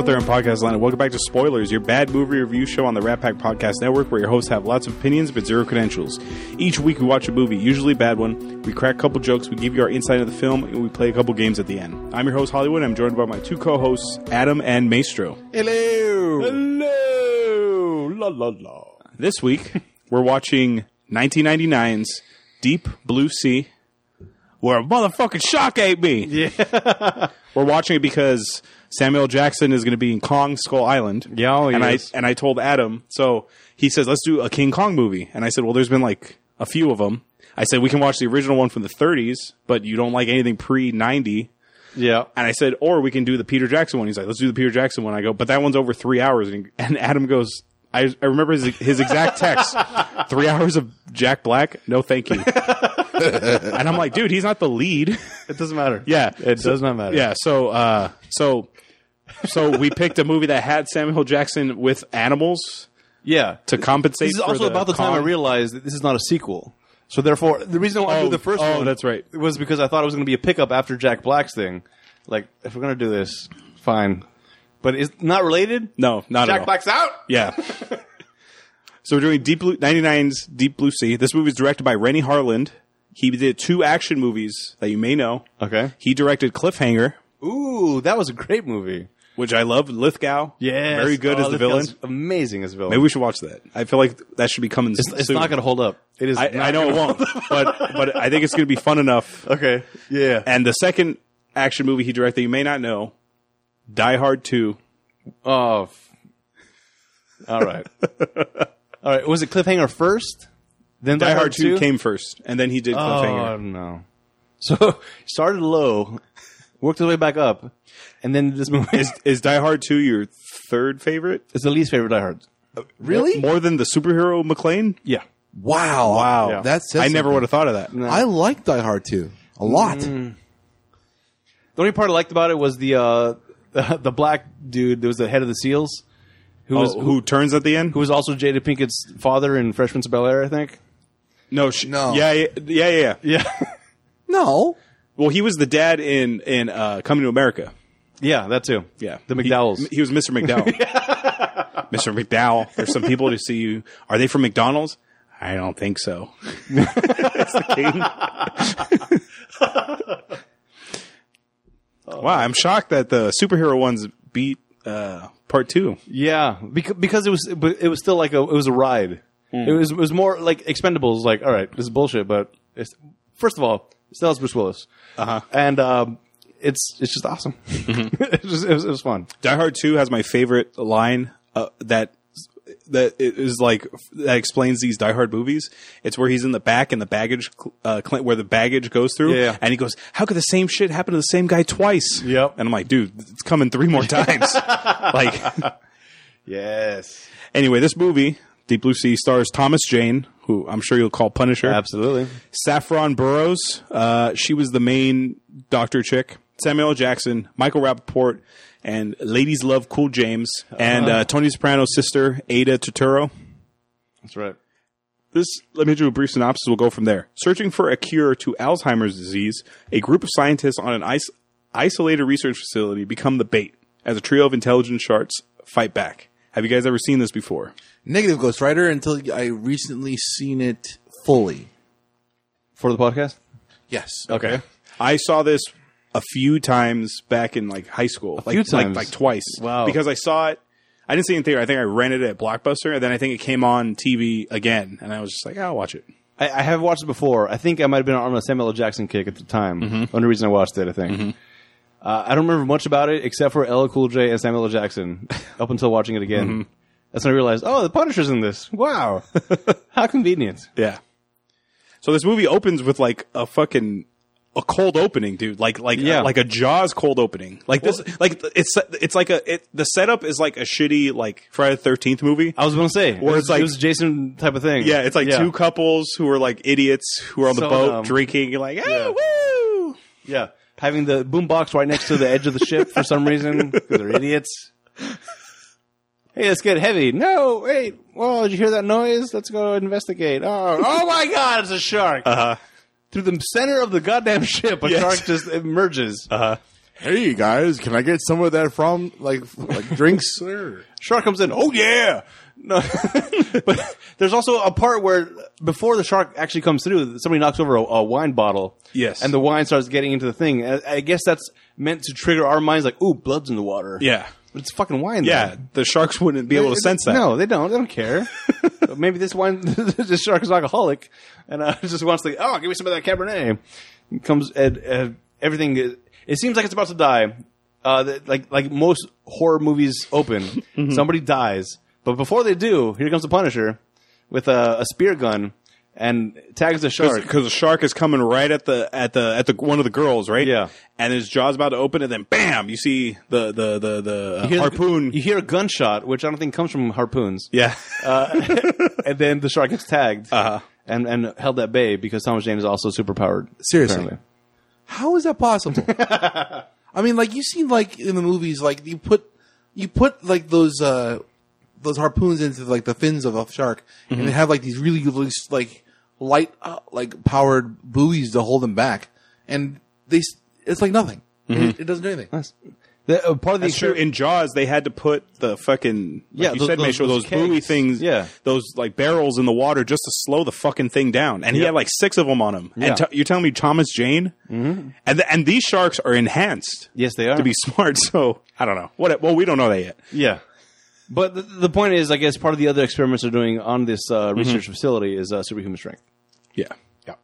out there in podcast land, and welcome back to Spoilers, your bad movie review show on the Rat Pack Podcast Network, where your hosts have lots of opinions but zero credentials. Each week we watch a movie, usually a bad one. We crack a couple jokes, we give you our insight into the film, and we play a couple games at the end. I'm your host Hollywood. And I'm joined by my two co-hosts, Adam and Maestro. Hello. Hello, la la la. This week we're watching 1999's Deep Blue Sea, where a motherfucking shark ate me. Yeah, we're watching it because Samuel Jackson is going to be in Kong Skull Island. Yeah, oh, he and is. I and I told Adam. So he says, "Let's do a King Kong movie." And I said, "Well, there's been like a few of them." I said, "We can watch the original one from the 30s, but you don't like anything pre 90." Yeah. And I said, or we can do the Peter Jackson one. He's like, let's do the Peter Jackson one. I go, but that one's over three hours. And, he, and Adam goes, I, I remember his, his exact text three hours of Jack Black. No, thank you. and I'm like, dude, he's not the lead. It doesn't matter. yeah. It does not matter. Yeah. So, uh, so, so we picked a movie that had Samuel Jackson with animals Yeah. to compensate. This is for also about the time I con- realized that this is not a sequel. So therefore, the reason why I Oh, did the first oh, one that's right. was because I thought it was going to be a pickup after Jack Black's thing. Like, if we're going to do this, fine. But it's not related. No, not at all. Jack Black's out. Yeah. so we're doing Deep Blue 99's Deep Blue Sea. This movie is directed by Rennie Harland. He did two action movies that you may know. Okay. He directed Cliffhanger, Ooh, that was a great movie. which I love. Lithgow, very good Oh, as the this villain. guy's Amazing as villain. Maybe we should watch that. I feel like that should be coming it's, soon. it's not going to hold up. It is. I, not I know it won't, but but I think it's going to be fun enough. Okay. Yeah. And the second action movie he directed, you may not know, Die Hard Two. Oh. f- All right. All right. Was it Cliffhanger first? Then Die Hard Two came first, and then he did Cliffhanger. Oh no. So started low, worked his way back up, and then this movie is Is is Die Hard Two your third favorite? it's the least favorite Die Hard. Really? More than the superhero McLean? Yeah. Wow. Wow. Yeah. That says I never something. would have thought of that. I like Die Hard 2 a lot. The only part I liked about it was the uh, the, the black dude that was the head of the SEALs, who Oh, was who, who, turns at the end? who was also Jada Pinkett's father in Fresh Prince of Bel Air, I think. no, sh- No. Yeah, yeah, yeah, yeah, yeah. Yeah. No. Well, he was the dad in in uh, Coming to America. Yeah, that too. Yeah, The He- McDowells. He, was Mr. McDowell. Mr. McDowell. There's some people to see you. Are they from McDonald's? I don't think so. That's the king. wow, I'm shocked that the superhero ones beat uh, part two. Yeah, because because it was but it was still like a it was a ride. It was it was more like Expendables. Like, all right, this is bullshit. But it's, first of all, it still has Bruce Willis, uh-huh. Mm-hmm. and um, it's it's just awesome. it, was, it was it was fun. Die Hard Two has my favorite line uh, that that it is like that explains these Die Hard movies. It's where he's in the back and the baggage cl- uh, cl- where the baggage goes through, Yeah. and he goes, "How could the same shit happen to the same guy twice?" Yep. And I'm like, "Dude, it's coming three more times." like, Yes, anyway, this movie, Deep Blue Sea, stars Thomas Jane, who I'm sure you'll call Punisher. absolutely. Saffron Burrows. Uh, she was the main doctor chick. Samuel L. Jackson, Michael Rappaport, and Ladies Love Cool James, and uh, Tony Soprano's sister, Ada Turturro. That's right. This, let me do a brief synopsis. We'll go from there. Searching for a cure to Alzheimer's disease, a group of scientists on an is- isolated research facility become the bait as a trio of intelligent sharks fight back. Have you guys ever seen this before? Negative Ghost Rider until I recently seen it fully. For the podcast. Yes. Okay. I saw this a few times back in like high school. like, few Like, times? like twice. Wow. Because I saw it. I didn't see it in theater. I think I rented it at Blockbuster, and then I think it came on TV again, and I was just like, "Oh, I'll watch it. I, I have watched it before. I think I might have been on a Samuel L. Jackson kick at the time. Only reason I watched it, I think. Uh, I don't remember much about it except for LL Cool J and Samuel L. Jackson. up until watching it again, that's when I realized, oh, the Punisher's in this. Wow, how convenient. Yeah. So this movie opens with like a fucking a cold opening, dude. Like like Yeah. like a Jaws cold opening. Like this. Like it's it's like a it, the setup is like a shitty like Friday the Thirteenth movie. I was gonna Or say, it it's was- like- it was Jason type of thing. Yeah, it's like two couples who are like idiots who are on the So boat dumb. drinking. You're like, ah, Yeah. woo. yeah, having the boombox right next to the edge of the ship for some reason 'cause they're idiots. Hey, let's get heavy. No, wait. Well, did you hear that noise? Let's go investigate. Oh, oh my God, it's a Uh-huh. shark. Uh huh. Through the center of the goddamn ship, a Yes. shark just emerges. Uh huh. "Hey guys, can I get some of that from like like drinks?" sir? Shark comes in. Oh yeah. No, but there's also a part where before the shark actually comes through, somebody knocks over a, a wine bottle. Yes. and the wine starts getting into the thing. I, I guess that's meant to trigger our minds, like, "Ooh, blood's in the water." Yeah. but it's fucking wine. Yeah, the sharks wouldn't be able to sense that. No, they don't. They don't care. Maybe this wine, this shark is alcoholic, and uh, just wants to. Oh, give me some of that Cabernet. It comes and uh, everything. Is, it seems like it's about to die. Uh, that- like like most horror movies open, Mm-hmm. somebody dies, but before they do, here comes the Punisher with a, a spear gun and tags the shark. because the shark is coming right at the at the at the one of the girls, right? Yeah. and his jaw's about to open, and then bam, you see the the the the uh, You hear- harpoon. You hear a gunshot, which I don't think comes from harpoons. yeah, and then the shark gets tagged Uh-huh. and, and held at bay because Thomas Jane is also super powered. Seriously. How is that possible? I mean, like you seem like in the movies, like you put you put like those uh those harpoons into like the fins of a shark, Mm-hmm. and they have like these really really like light uh, like powered buoys to hold them back, and they s- it's like nothing. Mm-hmm. It, it doesn't do anything. The, uh, part of the That's true. In Jaws, they had to put the fucking like Yeah, You those- said make those- sure those, those buoy kegs. things, Yeah. those like barrels in the water just to slow the fucking thing down. And he Yeah. had like six of them on him. Yeah. Mm-hmm. And t- you're telling me Thomas Jane, and th- and these sharks are enhanced Yes, they are. to be smart. So I don't know what. Well, we don't know that yet. yeah. But the, the point is, I guess part of the other experiments they're doing on this uh, research facility is uh, superhuman strength, Yeah, yeah.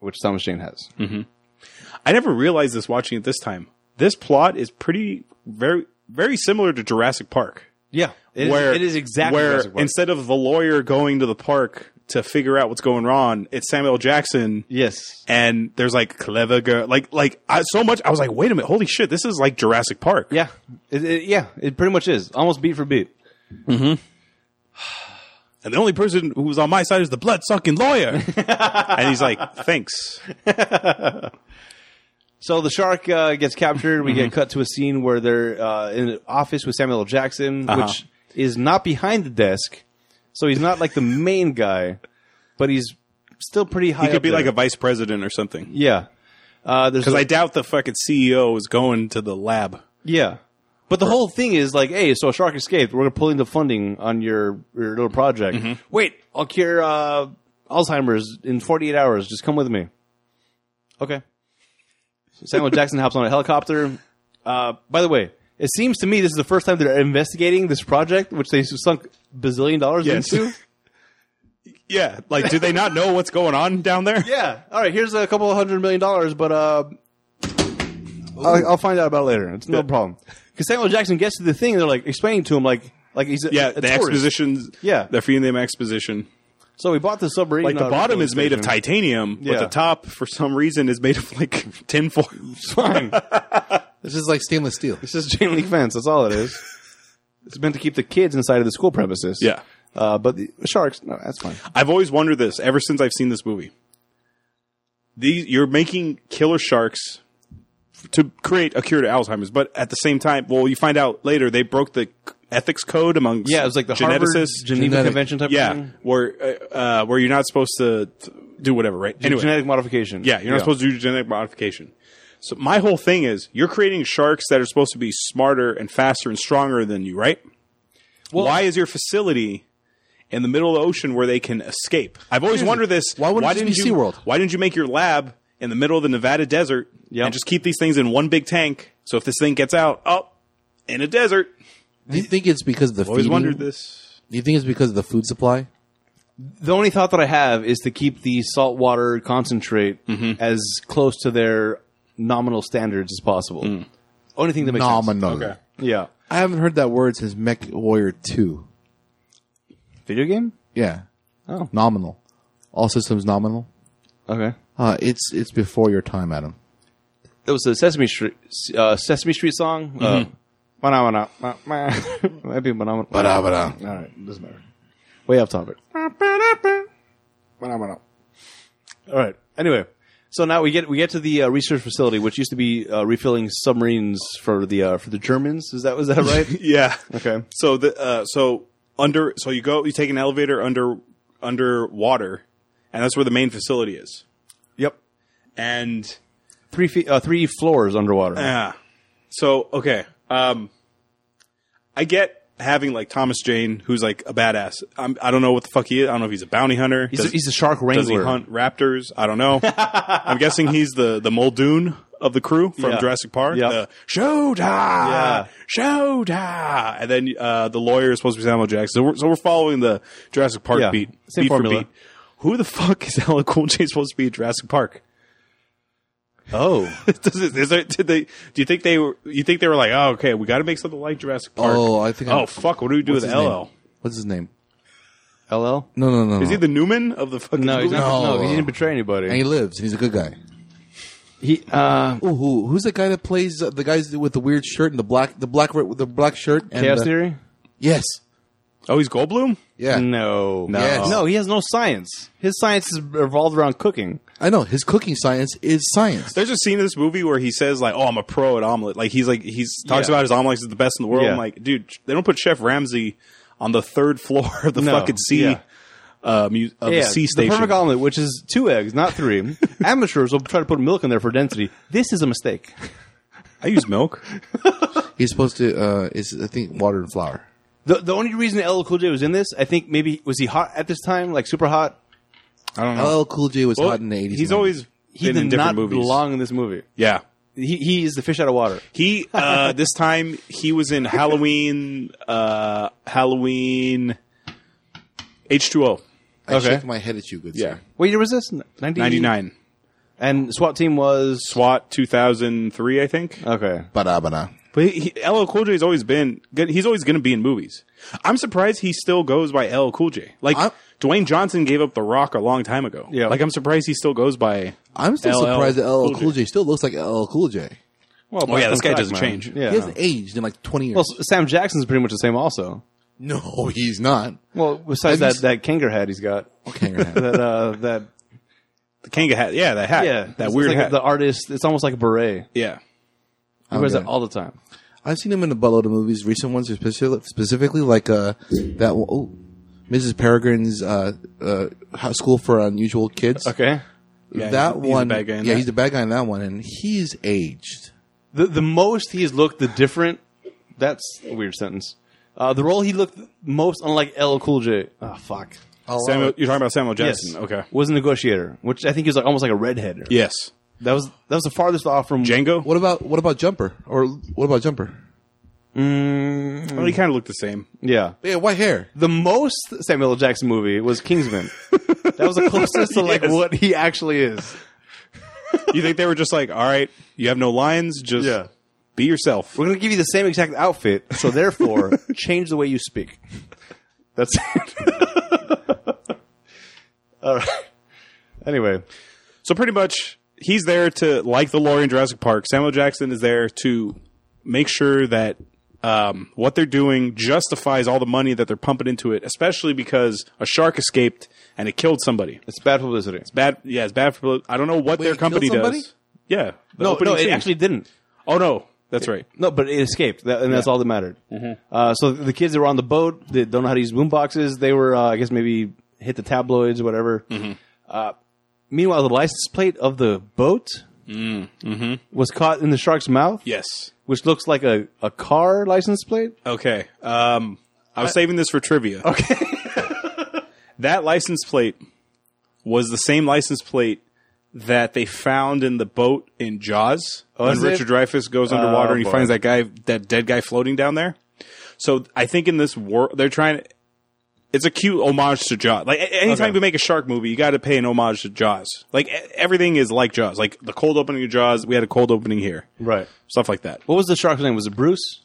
which Thomas Jane has. I never realized this watching it this time. This plot is pretty very very similar to Jurassic Park. Yeah, it is, where it is exactly where Jurassic Park. instead of the lawyer going to the park to figure out what's going on, it's Samuel Jackson. yes, And there's like clever girl, like like I, so much. I was like, wait a minute, holy shit, this is like Jurassic Park. yeah, it, it- yeah. It pretty much is almost beat for beat. And the only person who's on my side is the blood sucking lawyer. and he's like, thanks. So the shark uh, gets captured. We get cut to a scene where they're uh, in an office with Samuel L. Jackson, which is not behind the desk. So he's not like the main guy, but he's still pretty high. He could be like a vice president or something. yeah. Uh, there's Because a- I doubt the fucking CEO is going to the lab. yeah. But the whole thing is like, hey, so a shark escaped. We're pulling the funding on your, your little project. Wait, I'll cure uh, Alzheimer's in 48 hours. Just come with me. Okay. So Samuel Jackson hops on a helicopter. Uh, by the way, it seems to me this is the first time they're investigating this project, which they sunk bazillion dollars Yes. into. Yeah, like, do they not know what's going on down there? yeah. All right. Here's a couple of hundred million dollars, but uh, I'll, I'll find out about it later. It's no problem. Because Samuel Jackson gets to the thing, and they're like explaining to him, like, like he's a, Yeah, a the tourist. expositions. Yeah. they're feeding them exposition. So we bought the submarine. Like the uh, bottom is made of station. titanium, Yeah. but the top, for some reason, is made of like tin foil. Fine. This is like stainless steel. It's just chain link fence. That's all it is. It's meant to keep the kids inside of the school premises. Yeah. Uh, but the sharks, no, that's fine. I've always wondered this ever since I've seen this movie. These you're making killer sharks to create a cure to Alzheimer's, but at the same time, well, you find out later they broke the ethics code amongst Yeah, it was like the Harvard geneticists. Geneva Genetic. Convention type. of yeah, Mm-hmm. thing. where uh, uh, where you're not supposed to t- do whatever, right? Anyway, genetic modification. Yeah, you're not supposed to do genetic modification. So my whole thing is you're creating sharks that are supposed to be smarter and faster and stronger than you, right? why is your facility in the middle of the ocean where they can escape? I've always wondered this. Hmm. Why wouldn't it just didn't be you, SeaWorld? Why didn't you make your lab in the middle of the Nevada desert Yep. and just keep these things in one big tank? So if this thing gets out, oh, in a desert. Do you think it's because of the Always feeding? wondered this. Do you think it's because of the food supply? The only thought that I have is to keep the saltwater concentrate as close to their nominal standards as possible. Only thing that makes Nominal. sense. Yeah. I haven't heard that word since Mech Warrior Two. Video game? Yeah. Oh. Nominal. All systems nominal. Okay. Uh, it's it's before your time, Adam. It was a Sesame Street, uh, Sesame Street song. Uh, Ba-na-ba-na, ba-na. Might be ba-na-ba-na. uh, All right, doesn't matter. Way off topic. All right. Anyway, so now we get we get to the uh, research facility, which used to be uh, refilling submarines for the uh, for the Germans. Is that was that right? Yeah. Okay. So the uh, so under so you go you take an elevator under underwater, and that's where the main facility is. yep. And Three feet, uh, three floors underwater. yeah, So okay, um, I get having like Thomas Jane, who's like a badass. I'm, I don't know what the fuck he is. I don't know if he's a bounty hunter. He's, a, he's a shark wrangler. does he hunt raptors? I don't know. I'm guessing he's the the Muldoon of the crew from Yeah. Jurassic Park. Yeah. The Shoda, Yeah. Shoda, and then uh, the lawyer is supposed to be Samuel Jackson. So we're, so we're following the Jurassic Park Yeah. beat, Same beat formula. for beat. Who the fuck is Alan Cool J supposed to be in Jurassic Park? Oh, Does it, is there, did they? Do you think they were? You think they were like, oh, okay, we got to make something like Jurassic Park? Oh, I think I- Oh, fuck! What do we do What's with his name? LL? What's his name? LL. No, no, no. Is he no. the Newman of the fucking? No, he's movie? not, no, No. he didn't betray and anybody. he lives, and he's a good guy. He, uh, Ooh, who, who's the guy that plays uh, the guys with the weird shirt and the black, the black, with the black shirt? And chaos the- theory? Yes. Oh, he's Goldblum. Yeah. Mm. No, no, Yes. no. He has no science. His science is revolved around cooking. I know his cooking science is science. There's a scene in this movie where he says like, "Oh, I'm a pro at omelet." Like he's like he's talks Yeah. about his omelets is the best in the world. Yeah. I'm like, dude, they don't put Chef Ramsay on the third floor of the No, fucking C, yeah. uh, mu- of the C station. The perfect omelet, which is two eggs, not three. Amateurs will try to put milk in there for density. This is a mistake. I use milk. He's supposed to. Uh, is I think water and flour. The, the only reason LL Cool J was in this, I think maybe was he hot at this time, like super hot. I don't know. LL Cool J was hot in the eighties. Uh-huh. He's always He been did in different not movies. belong in this movie. yeah. He, he is the fish out of water. He uh, this time he was in Halloween. Uh, Halloween. H two O I okay. shake my head at you, good Yeah. sir. What year was this? 90? ninety nine And SWAT team was SWAT two thousand three I think. okay. Bada bada. But he, he, LL Cool J has always been good. He's always going to be in movies. I'm surprised he still goes by LL Cool J. Like I'm- Dwayne Johnson gave up The Rock a long time ago. Yeah. Like I'm surprised he still goes by. I'm still LL surprised that LL Cool J. Cool J still looks like LL Cool J. Well, Oh, yeah, Black this guy Jack, doesn't man. change. Yeah. He hasn't aged in like 20 years. well, Sam Jackson's pretty much the same also. no, he's not. Well, besides Have you that s- that kangaroo hat he's got. Okay, that uh that The Kanga hat. Yeah, that hat. yeah, That it's weird like hat. The artist, it's almost like a beret. yeah. He wears Okay. it all the time. I've seen him in a buttload of movies, recent ones specifically, specifically like uh, that. one- Oh, Mrs. Peregrine's uh, uh, Ho- School for Unusual Kids. Okay. Yeah, he's- that he's the one. bad guy in yeah, that. he's the bad guy in that one, and he's aged. The the most he's looked the different. That's a weird sentence. Uh, the role he looked most unlike L Cool J. Oh fuck. Oh, Samuel, you're talking about Samuel Jackson. Okay. Was a negotiator, which I think is like almost like a redhead. Yes. That was that was the farthest off from Django. What about what about Jumper or what about Jumper? Mm. Well, he kind of looked the same. Yeah. Yeah, white hair. The most Samuel L. Jackson movie was Kingsman. that was the closest to like Yes. what he actually is. you think they were just like, all right, you have no lines, just Yeah. be yourself. We're gonna give you the same exact outfit, so therefore change the way you speak. That's it. All right. Anyway, So pretty much, he's there to like the lawyer in Jurassic Park. Samuel Jackson is there to make sure that um, what they're doing justifies all the money that they're pumping into it, especially because a shark escaped and it killed somebody. it's bad publicity. Bad, yeah, it's bad for. I don't know what their it killed company somebody? does. Yeah, the No, opening no, it scene. actually didn't. Oh no, that's right. No, but it escaped, that, and that's all that mattered. Mm-hmm. Uh, so the kids that were on the boat that don't know how to use boom boxes, they were, uh, I guess, maybe hit the tabloids or whatever. Mm-hmm. Uh, meanwhile, the license plate of the boat Mm-hmm. was caught in the shark's mouth, Yes. which looks like a, a car license plate. Okay. Um, I was saving this for trivia. Okay. that license plate was the same license plate that they found in the boat in Jaws when is it? Oh, Richard Dreyfuss goes underwater and he boy. finds that guy, that dead guy floating down there. So I think in this war, they're trying. It's a cute homage to Jaws. Like a- anytime Okay. we make a shark movie, you got to pay an homage to Jaws. Like e- everything is like Jaws. Like the cold opening of Jaws, we had a cold opening here. Right. Stuff like that What was the shark's name? Was it Bruce?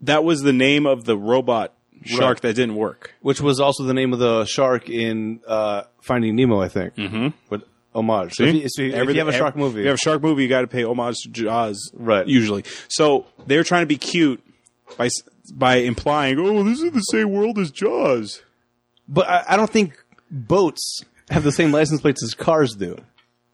that was the name of the robot shark Right. that didn't work. Which was also the name of the shark in uh, Finding Nemo, I think. Mm-hmm. But homage. So if you, so if you Everything- have a shark ev- movie, If you have a shark movie, you got to pay homage to Jaws, Right. Usually, so they're trying to be cute by s- by implying, "Oh, this is the same world as Jaws." But I, I don't think boats have the same license plates as cars do.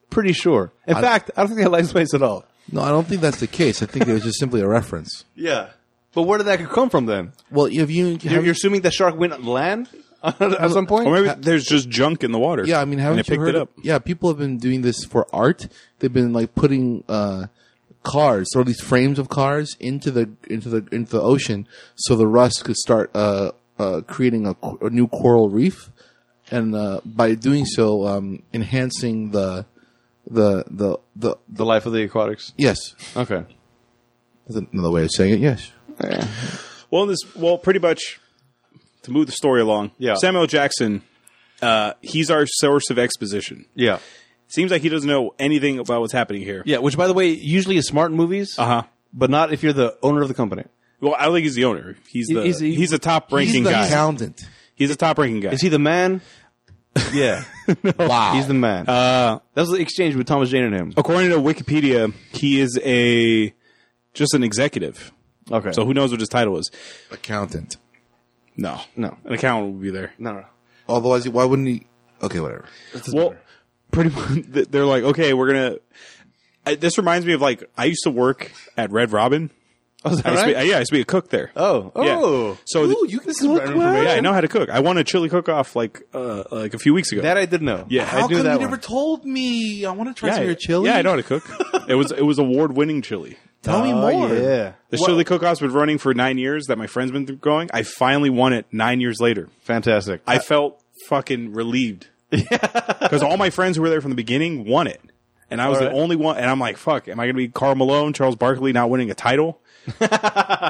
Pretty sure. In fact, I don't think they have license plates at all. No, I don't think that's the case. I think it was just simply a reference. Yeah. But where did that come from then? Well, if you You're, have, you're assuming the shark went on land at some point? Or maybe there's just junk in the water. Yeah, I mean, and haven't it you picked heard? it up. Yeah, people have been doing this for art. They've been like putting uh, cars or these frames of cars into the into the into the ocean so the rust could start uh, uh, creating a, qu- a new coral reef and uh, by doing so um, enhancing the the the the The life of the aquatics. yes Okay. that's another way of saying it yes Well, this well, pretty much to move the story along. Yeah. Samuel Jackson, uh, he's our source of exposition. Yeah. Seems like he doesn't know anything about what's happening here. Yeah, which by the way, usually is smart in movies, Uh huh. but not if you're the owner of the company. Well, I don't think he's the owner. He's the he's, He's the- a top ranking he's the guy. accountant he's a top ranking guy. Is he the man? Yeah. Oh, wow He's the man. Uh, that was the exchange with Thomas Jane and him. According to Wikipedia, he is a just an executive. Okay. So who knows what his title is? accountant No, No. an accountant would be there. no, no. otherwise why wouldn't he okay whatever Well, pretty much th- they're like, okay, we're gonna. I, this reminds me of like I used to work at Red Robin. Oh, is I that used to right? be- yeah, I used to be a cook there. oh. Yeah. Oh. So th- you can look well. yeah, I know how to cook. I won a chili cook off like uh, like a few weeks ago. That I did know. Yeah. How I knew come you that one. never told me? I want to try yeah, some of your I- chili. Yeah, I know how to cook. it was it was award winning chili. Tell me Oh, more. yeah. The chili cook-off's been running for nine years that my friend's been th- going. I finally won it nine years later. Fantastic. I felt fucking relieved because all my friends who were there from the beginning won it, and I was Alright. the only one. And I'm like, fuck, am I going to be Carl Malone, Charles Barkley, not winning a title?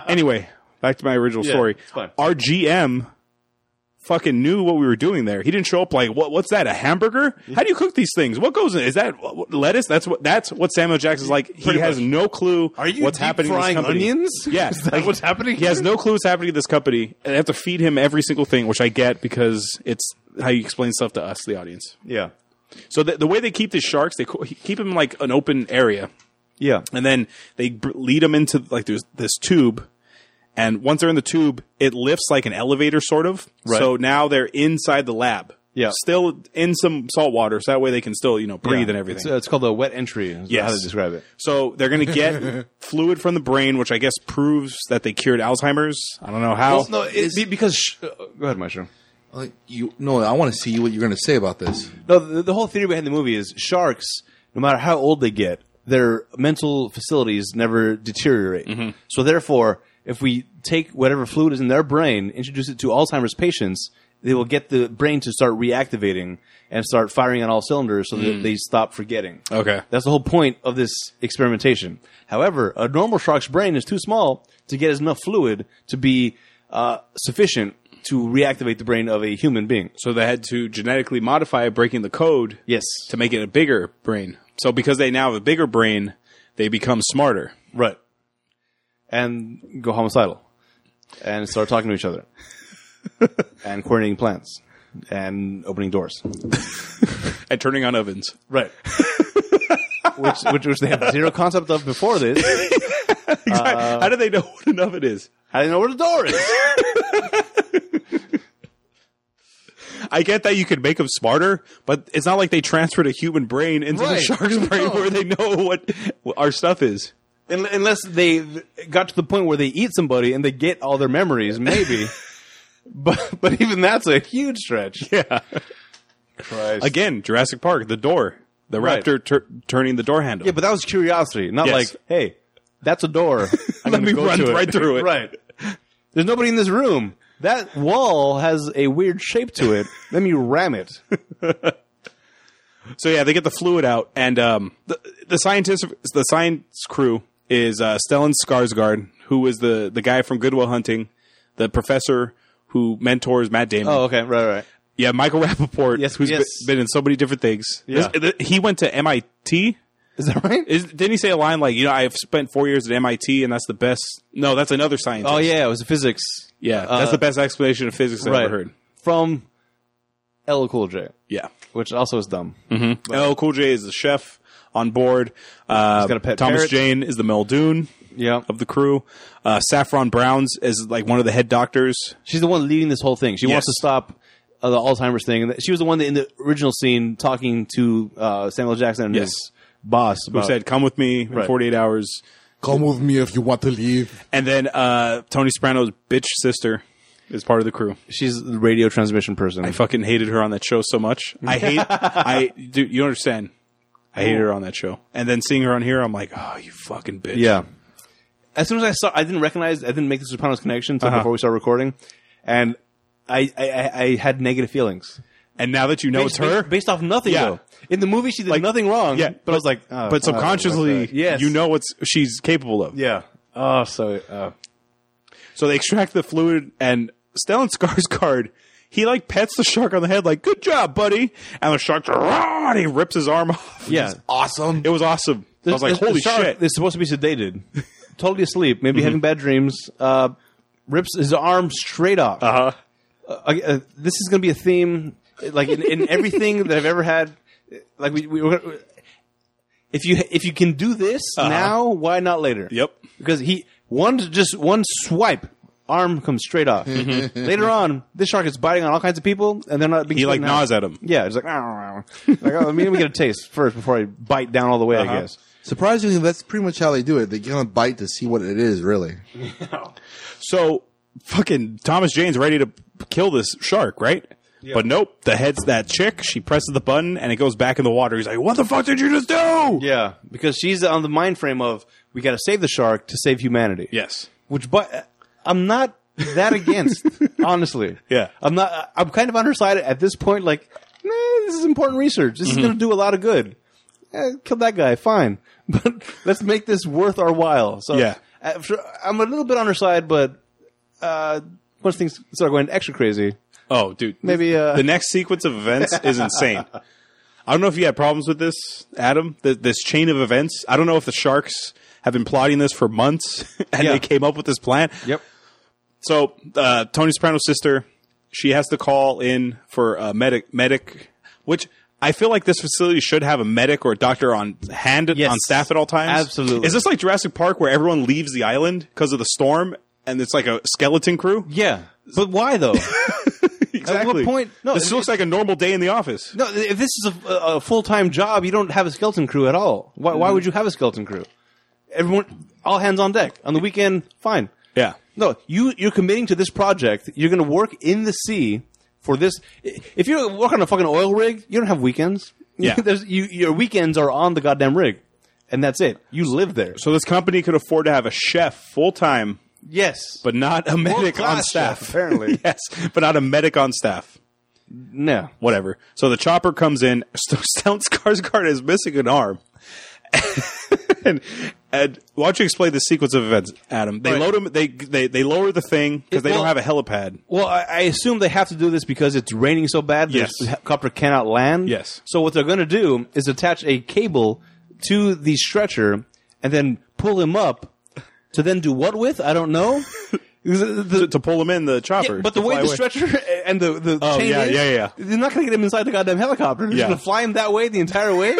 anyway, back to my original Yeah, story. it's fine. Our GM fucking knew what we were doing there. He didn't show up like, what? What's that? A hamburger? How do you cook these things? What goes in? Is that what- what- lettuce? That's what. That's what Samuel Jackson's like. He has no clue. Are you what's deep happening? in this frying company. onions? Yeah, Is that what's happening He has no clue what's happening to this company, and they have to feed him every single thing, which I get because it's how you explain stuff to us, the audience. yeah. So the, the way they keep the sharks, they co- keep them in like an open area, Yeah. and then they b- lead them into like there's this tube. And once they're in the tube, it lifts like an elevator, sort of. Right. So now they're inside the lab. Yeah. Still in some salt water, so that way they can still, you know, breathe and everything. It's, uh, it's called a wet entry. Is Yes. How they describe it. So they're going to get fluid from the brain, which I guess proves that they cured Alzheimer's. I don't know how. no, it, be- because sh- uh, go ahead, Maestro. Like, you no, I want to see what you're going to say about this. No, the, the whole theory behind the movie is sharks, no matter how old they get, their mental facilities never deteriorate. So therefore, if we take whatever fluid is in their brain, introduce it to Alzheimer's patients, they will get the brain to start reactivating and start firing on all cylinders so that they stop forgetting. Okay. That's the whole point of this experimentation. However, a normal shark's brain is too small to get enough fluid to be uh, sufficient to reactivate the brain of a human being. So they had to genetically modify it, breaking the code Yes. to make it a bigger brain. So because they now have a bigger brain, they become smarter. Right. And go homicidal. And start talking to each other. and coordinating plans. And opening doors. And turning on ovens. Right. which, which which they have zero concept of before this. How do they know what an oven is? I didn't know where the door is. I get that you could make them smarter, but it's not like they transferred a human brain into the Right. shark's brain where they know what our stuff is. Un- Unless they got to the point where they eat somebody and they get all their memories, maybe. but but even that's a huge stretch. Yeah. Christ. Again, Jurassic Park, the door, the Right. raptor tur- turning the door handle. yeah, but that was curiosity, not Yes. like, hey, that's a door. I'm Let gonna me go run to right through it. right. There's nobody in this room. That wall has a weird shape to it. Let me ram it. So yeah, they get the fluid out, and um, the the scientist, the science crew is uh, Stellan Skarsgård, who is the the guy from Goodwill Hunting, the professor who mentors Matt Damon. Oh, okay, right, right. Yeah, Michael Rappaport, Yes, who's yes. been, been in so many different things. Yeah. This- he went to MIT. Is that right? Is, didn't he say a line like, "You know, I've spent four years at MIT, and that's the best"? No, that's another scientist. oh yeah, it was physics. yeah, that's the best explanation of physics I've right. ever heard. From Ella Cool J, Yeah, which also is dumb. L. Cool J is the chef on board. Uh, got a pet Thomas parrot. Jane is the Muldoon. Yeah, of the crew. Uh, Saffron Browns is like one of the head doctors. she's the one leading this whole thing. She Yes. wants to stop uh, the Alzheimer's thing. And She was the one that in the original scene talking to uh, Samuel Jackson and Yes. his boss. Who said, "Come with me in Right. 48 hours." Come with me if you want to leave. And then uh, Tony Soprano's bitch sister is part of the crew. she's the radio transmission person. I fucking hated her on that show so much. I hate. I dude, you don't understand. I hated her on that show. And then seeing her on here, I'm like, oh, you fucking bitch. Yeah. As soon as I saw, I didn't recognize, I didn't make the Sopranos connection until Uh-huh. before we started recording, and I, I, I, I had negative feelings. And now that you know it's Based- her, based, based off nothing. Yeah. though. in the movie she did nothing wrong. yeah. but, I was like, oh, but oh, subconsciously, okay. yes, you know what she's capable of. yeah. Oh, so uh, So they extract the fluid, and Stellan Skarsgård, he like pets the shark on the head, like "Good job, buddy," and the shark, "Rah!" and he rips his arm off. yeah. Awesome. It was awesome. I was like, The- the "Holy shark shit!" Mm-hmm. Is supposed to be sedated, totally asleep, maybe having bad dreams. Uh, rips his arm straight off. Uh-huh. uh, uh, this is going to be a theme, like in, in everything that I've ever had. Like we, we were gonna, if you if you can do this now, why not later? Uh-huh. Yep. Because he one just one swipe, arm comes straight off. later on, this shark is biting on all kinds of people, and they're not being Mm-hmm. He like spitting out. gnaws at him. Yeah, it's like, "Ow, ow, ow." like oh, maybe we get a taste first before I bite down all the way. Uh-huh. I guess. Surprisingly, that's pretty much how they do it. They get on a bite to see what it is, really. So fucking Thomas Jane's ready to kill this shark, right? But nope, the head's that chick. She presses the button, and it goes back in the water. He's like, "What the fuck did you just do?" Yeah, because she's on the mind frame of we got to save the shark to save humanity. Yes. which but uh, I'm not that against, honestly. Yeah. I'm not. I'm kind of on her side at this point. Like, nah, this is important research. This is going to do a lot of good. Eh, kill that guy, fine, but let's make this worth our while. So Yeah. uh, sure, I'm a little bit on her side, but uh, once things start going extra crazy, Oh, dude. Maybe, uh, the next sequence of events is insane. I don't know if you had problems with this, Adam. Th- this chain of events. I don't know if the sharks have been plotting this for months and Yeah. they came up with this plan. yep, So uh, Tony Soprano's sister, she has to call in for a medic. Medic, which I feel like this facility should have a medic or a doctor on hand Yes. on staff at all times. Absolutely. Is this like Jurassic Park where everyone leaves the island because of the storm and it's like a skeleton crew? yeah. But why though? exactly. point- no, this it- looks like a normal day in the office. no, if this is a, a full time job, you don't have a skeleton crew at all. Why, why would you have a skeleton crew? Everyone, all hands on deck on the weekend. Fine. Yeah. No, you you're committing to this project. You're going to work in the sea for this. i- If you work on a fucking oil rig, you don't have weekends. Yeah. There's, you, your weekends are on the goddamn rig, and that's it. You live there. So this company could afford to have a chef full time, Yes, but not a medic on class staff. chef, apparently. yes, but not a medic on staff. no. Whatever. So the chopper comes in. St- Stellan Skarsgård is missing an arm. and, and why don't you explain the sequence of events, Adam? They Right. load him. They they, they lower the thing because they well- don't have a helipad. Well, I, I assume they have to do this because it's raining so bad. Yes. The helicopter cannot land. Yes. So what they're going to do is attach a cable to the stretcher and then pull him up to then do what with? I don't know. The- the- To, to pull him in the chopper. but the to way fly the away. stretcher and the the Oh, chain yeah, is, yeah, yeah. they're not going to get him inside the goddamn helicopter. They're Yeah. just going to fly him that way the entire way.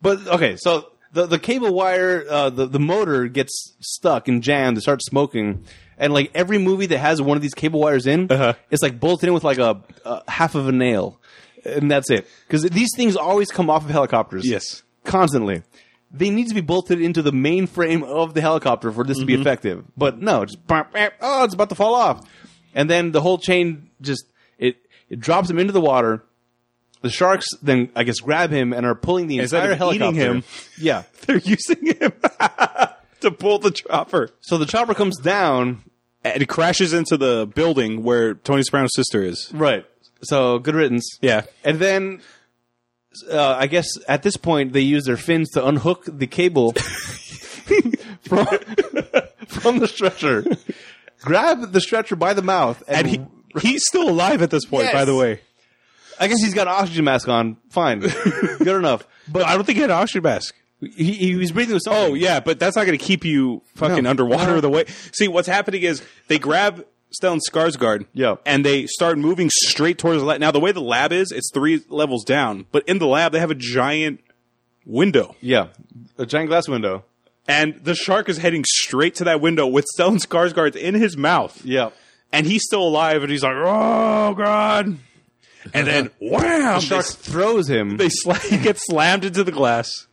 but okay, so the the cable wire, uh, the the motor gets stuck and jammed. It starts smoking, and like every movie that has one of these cable wires in, Uh-huh. it's like bolted in with like a, a half of a nail, and that's it. Because these things always come off of helicopters. Yes. constantly. They need to be bolted into the main frame of the helicopter for this to be effective. But no, just bam, bam, oh, it's about to fall off, and then the whole chain just it it drops him into the water. The sharks then I guess grab him and are pulling the Instead entire of eating helicopter. him. Yeah. they're using him to pull the chopper. So the chopper comes down. And it crashes into the building where Tony Soprano's sister is. Right. So good riddance. Yeah. And then uh, I guess at this point they use their fins to unhook the cable from from the stretcher. Grab the stretcher by the mouth, and, And he, he's still alive at this point, by Yes. the way. I guess he's got an oxygen mask on. Fine, good enough. But I don't think he had an oxygen mask. He, he was breathing with Oh something. yeah, but that's not going to keep you fucking No. underwater No. the way. See, what's happening is they grab Stellan Skarsgård, Yeah. and they start moving straight towards the lab. Now the way the lab is, it's three levels down, but in the lab they have a giant window, yeah, a giant glass window. and the shark is heading straight to that window with Stellan Skarsgård in his mouth, Yeah, and he's still alive, and he's like, "Oh God!" And then, wow, shark throws him. they sla- he gets slammed into the glass.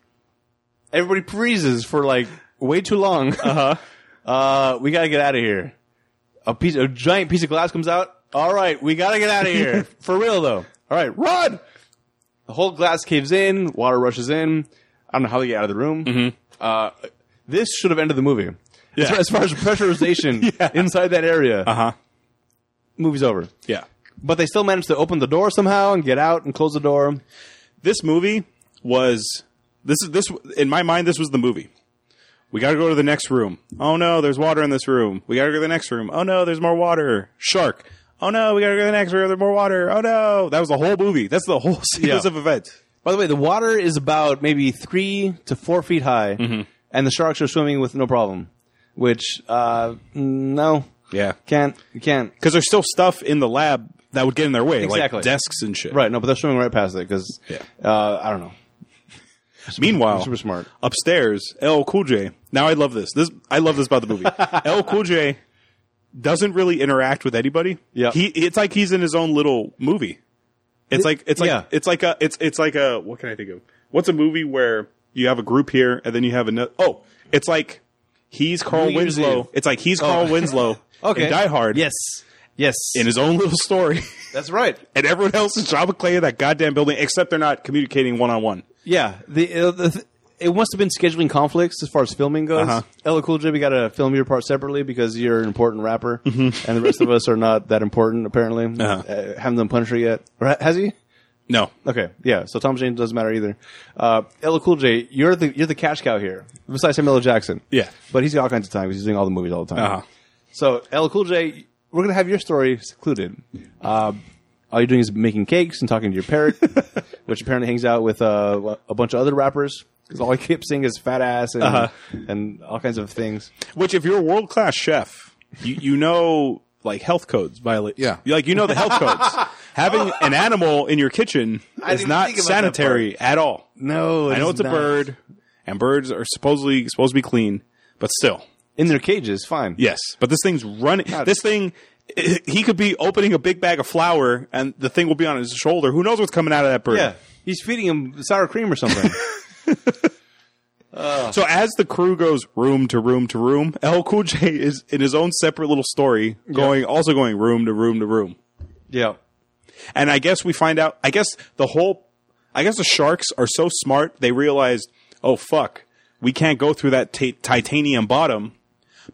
Everybody freezes for like way too long. Uh-huh. we gotta get out of here. A piece, a giant piece of glass comes out. All right, we gotta get out of here for real though. All right, run. The whole glass caves in, water rushes in. I don't know how they get out of the room. Uh, this should have ended the movie. Yeah. As, far, as far as pressurization inside that area, huh. movie's over. Yeah. But they still managed to open the door somehow and get out and close the door. This movie was this is this in my mind this was the movie. We got to go to the next room. Oh no, there's water in this room. We got to go to the next room. Oh no, there's more water. Shark. Oh no, we got to go to the next room. There's more water. Oh no. That was the whole movie. That's the whole sequence Yeah. of events. By the way, the water is about maybe three to four feet high, Mm-hmm. and the sharks are swimming with no problem. Which, uh, no, Yeah. can't, you can't. Cuz there's still stuff in the lab that would get in their way, Exactly. like desks and shit. Right, no, but they're swimming right past it because, Yeah. uh, I don't know. Meanwhile, Super smart. upstairs, L Cool J. Now I love this. This I love this about the movie. L Cool J doesn't really interact with anybody. Yeah. he it's like he's in his own little movie. It's like it's like yeah. it's like a it's it's like a what can I think of? What's a movie where you have a group here and then you have another? Oh, it's like he's Carl New Year's Winslow. Eve. It's like he's Carl Winslow. Oh. Okay. in Die Hard. Yes, yes, in his own little story, that's right. and everyone else is Java Clay in that goddamn building, except they're not communicating one on one. Yeah, the, uh, the th- it must have been scheduling conflicts as far as filming goes. Uh-huh. Ella Cool J, we got to film your part separately because you're an important rapper, and the rest of us are not that important apparently. Mm-hmm. Uh-huh. Uh, haven't done Punisher yet, or ha- has he? No, Okay, yeah. So Tom James doesn't matter either. Uh, Ella Cool J, you're the you're the cash cow here. Besides Samuel L. Jackson, Yeah. but he's got all kinds of time because he's doing all the movies all the time. Uh-huh. So Ella Cool J, we're gonna have your story secluded. Uh, all you're doing is making cakes and talking to your parrot, which apparently hangs out with uh, a bunch of other rappers. Because all I keep seeing is fat ass and, Uh-huh. and all kinds of things. Which, if you're a world class chef, you, you know like health codes violate. Yeah. like you know the health codes. Having an animal in your kitchen is didn't not think about that sanitary at all. No, I know it's a bird, and birds are supposedly supposed to be clean, but still, in their cages. Fine. yes. But this thing's running. This thing, he could be opening a big bag of flour, and the thing will be on his shoulder. Who knows what's coming out of that bird? yeah. He's feeding him sour cream or something. So as the crew goes room to room to room, L Cool J is in his own separate little story, going also going room to room to room. yeah. And I guess we find out. I guess the whole. I guess the sharks are so smart they realized, oh fuck, we can't go through that ti- titanium bottom.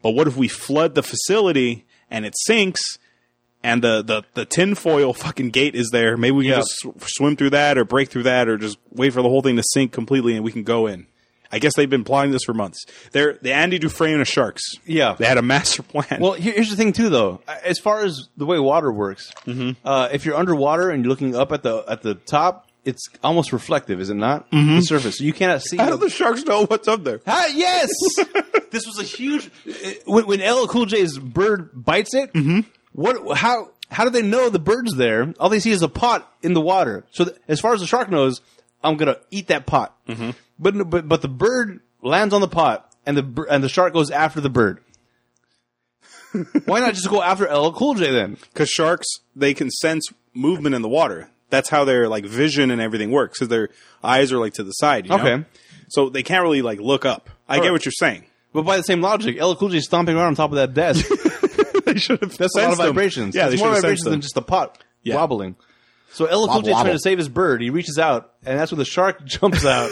But what if we flood the facility and it sinks? And the the the tinfoil fucking gate is there. Maybe we can Yeah. just sw- swim through that, or break through that, or just wait for the whole thing to sink completely, and we can go in. I guess they've been plotting this for months. They're the Andy Dufresne of sharks. Yeah. they had a master plan. Well, here- here's the thing too, though. As far as the way water works, uh, if you're underwater and you're looking up at the at the top, it's almost reflective, is it not? The surface, you cannot see. how do the sharks know what's up there? Ah, yes, this was a huge. When, when LL Cool J's bird bites it, what? How? How do they know the bird's there? All they see is a pot in the water. So th- as far as the shark knows, I'm gonna eat that pot. But but but the bird lands on the pot, and the bir- and the shark goes after the bird. Why not just go after LL Cool J then? because sharks they can sense movement in the water. That's how their like vision and everything works. Because their eyes are like to the side. You know? Okay. so they can't really like look up. I get Alright. what you're saying. But by the same logic, LL Cool J is stomping around on top of that desk. they should have. That's a lot of vibrations. Yeah, That's they more should have vibrations sensed them. than just the pot Yeah. wobbling. So LL Cool Wobble, J is trying wobble. to save his bird. He reaches out, and that's when the shark jumps out,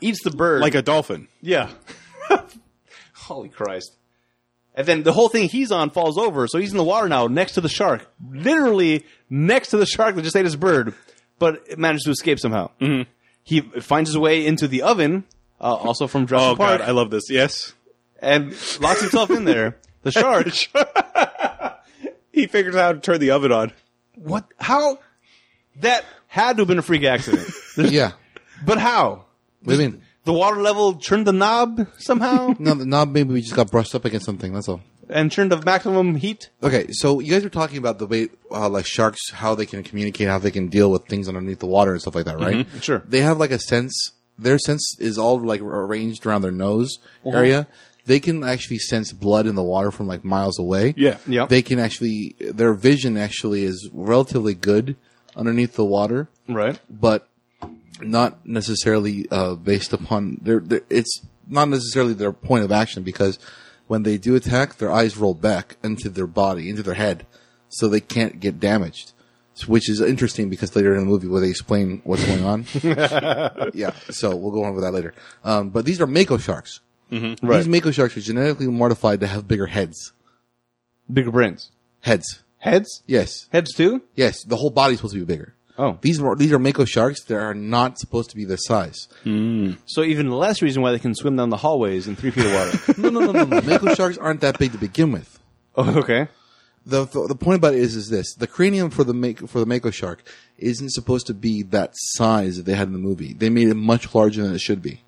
eats the bird. like a dolphin. yeah. Holy Christ! And then the whole thing he's on falls over, so he's in the water now, next to the shark, literally next to the shark that just ate his bird, but it managed to escape somehow. Mm-hmm. He finds his way into the oven, uh, also from Jurassic Oh Park, god, I love this. Yes, and locks himself in there. The shark. he figures out how to turn the oven on. What? How? That had to have been a freak accident. yeah. but how? What do you mean? The water level turned the knob somehow No, now maybe we just got brushed up against something. That's all. and turned the maximum heat. Okay, so you guys were talking about the way uh, like sharks, how they can communicate, how they can deal with things underneath the water and stuff like that, right? Sure. They have like a sense. Their sense is all like arranged around their nose area. They can actually sense blood in the water from like miles away. Yeah. Yeah. They can actually their vision actually is relatively good underneath the water, Right. but not necessarily uh, based upon their, their. It's not necessarily their point of action because when they do attack, their eyes roll back into their body, into their head, so they can't get damaged. which is interesting because later in the movie where they explain what's going on. yeah, so we'll go on with that later. Um, but these are mako sharks. Right. These mako sharks are genetically modified to have bigger heads. Bigger brains. Heads. Heads? Yes. Heads too? Yes. The whole body's supposed to be bigger. Oh. These are, these are mako sharks that are not supposed to be this size. So even less reason why they can swim down the hallways in three feet of water. No, no, no, no, no. mako sharks aren't that big to begin with. oh, okay. the the point about it is is this the cranium for the make for the mako shark isn't supposed to be that size that they had in the movie. They made it much larger than it should be.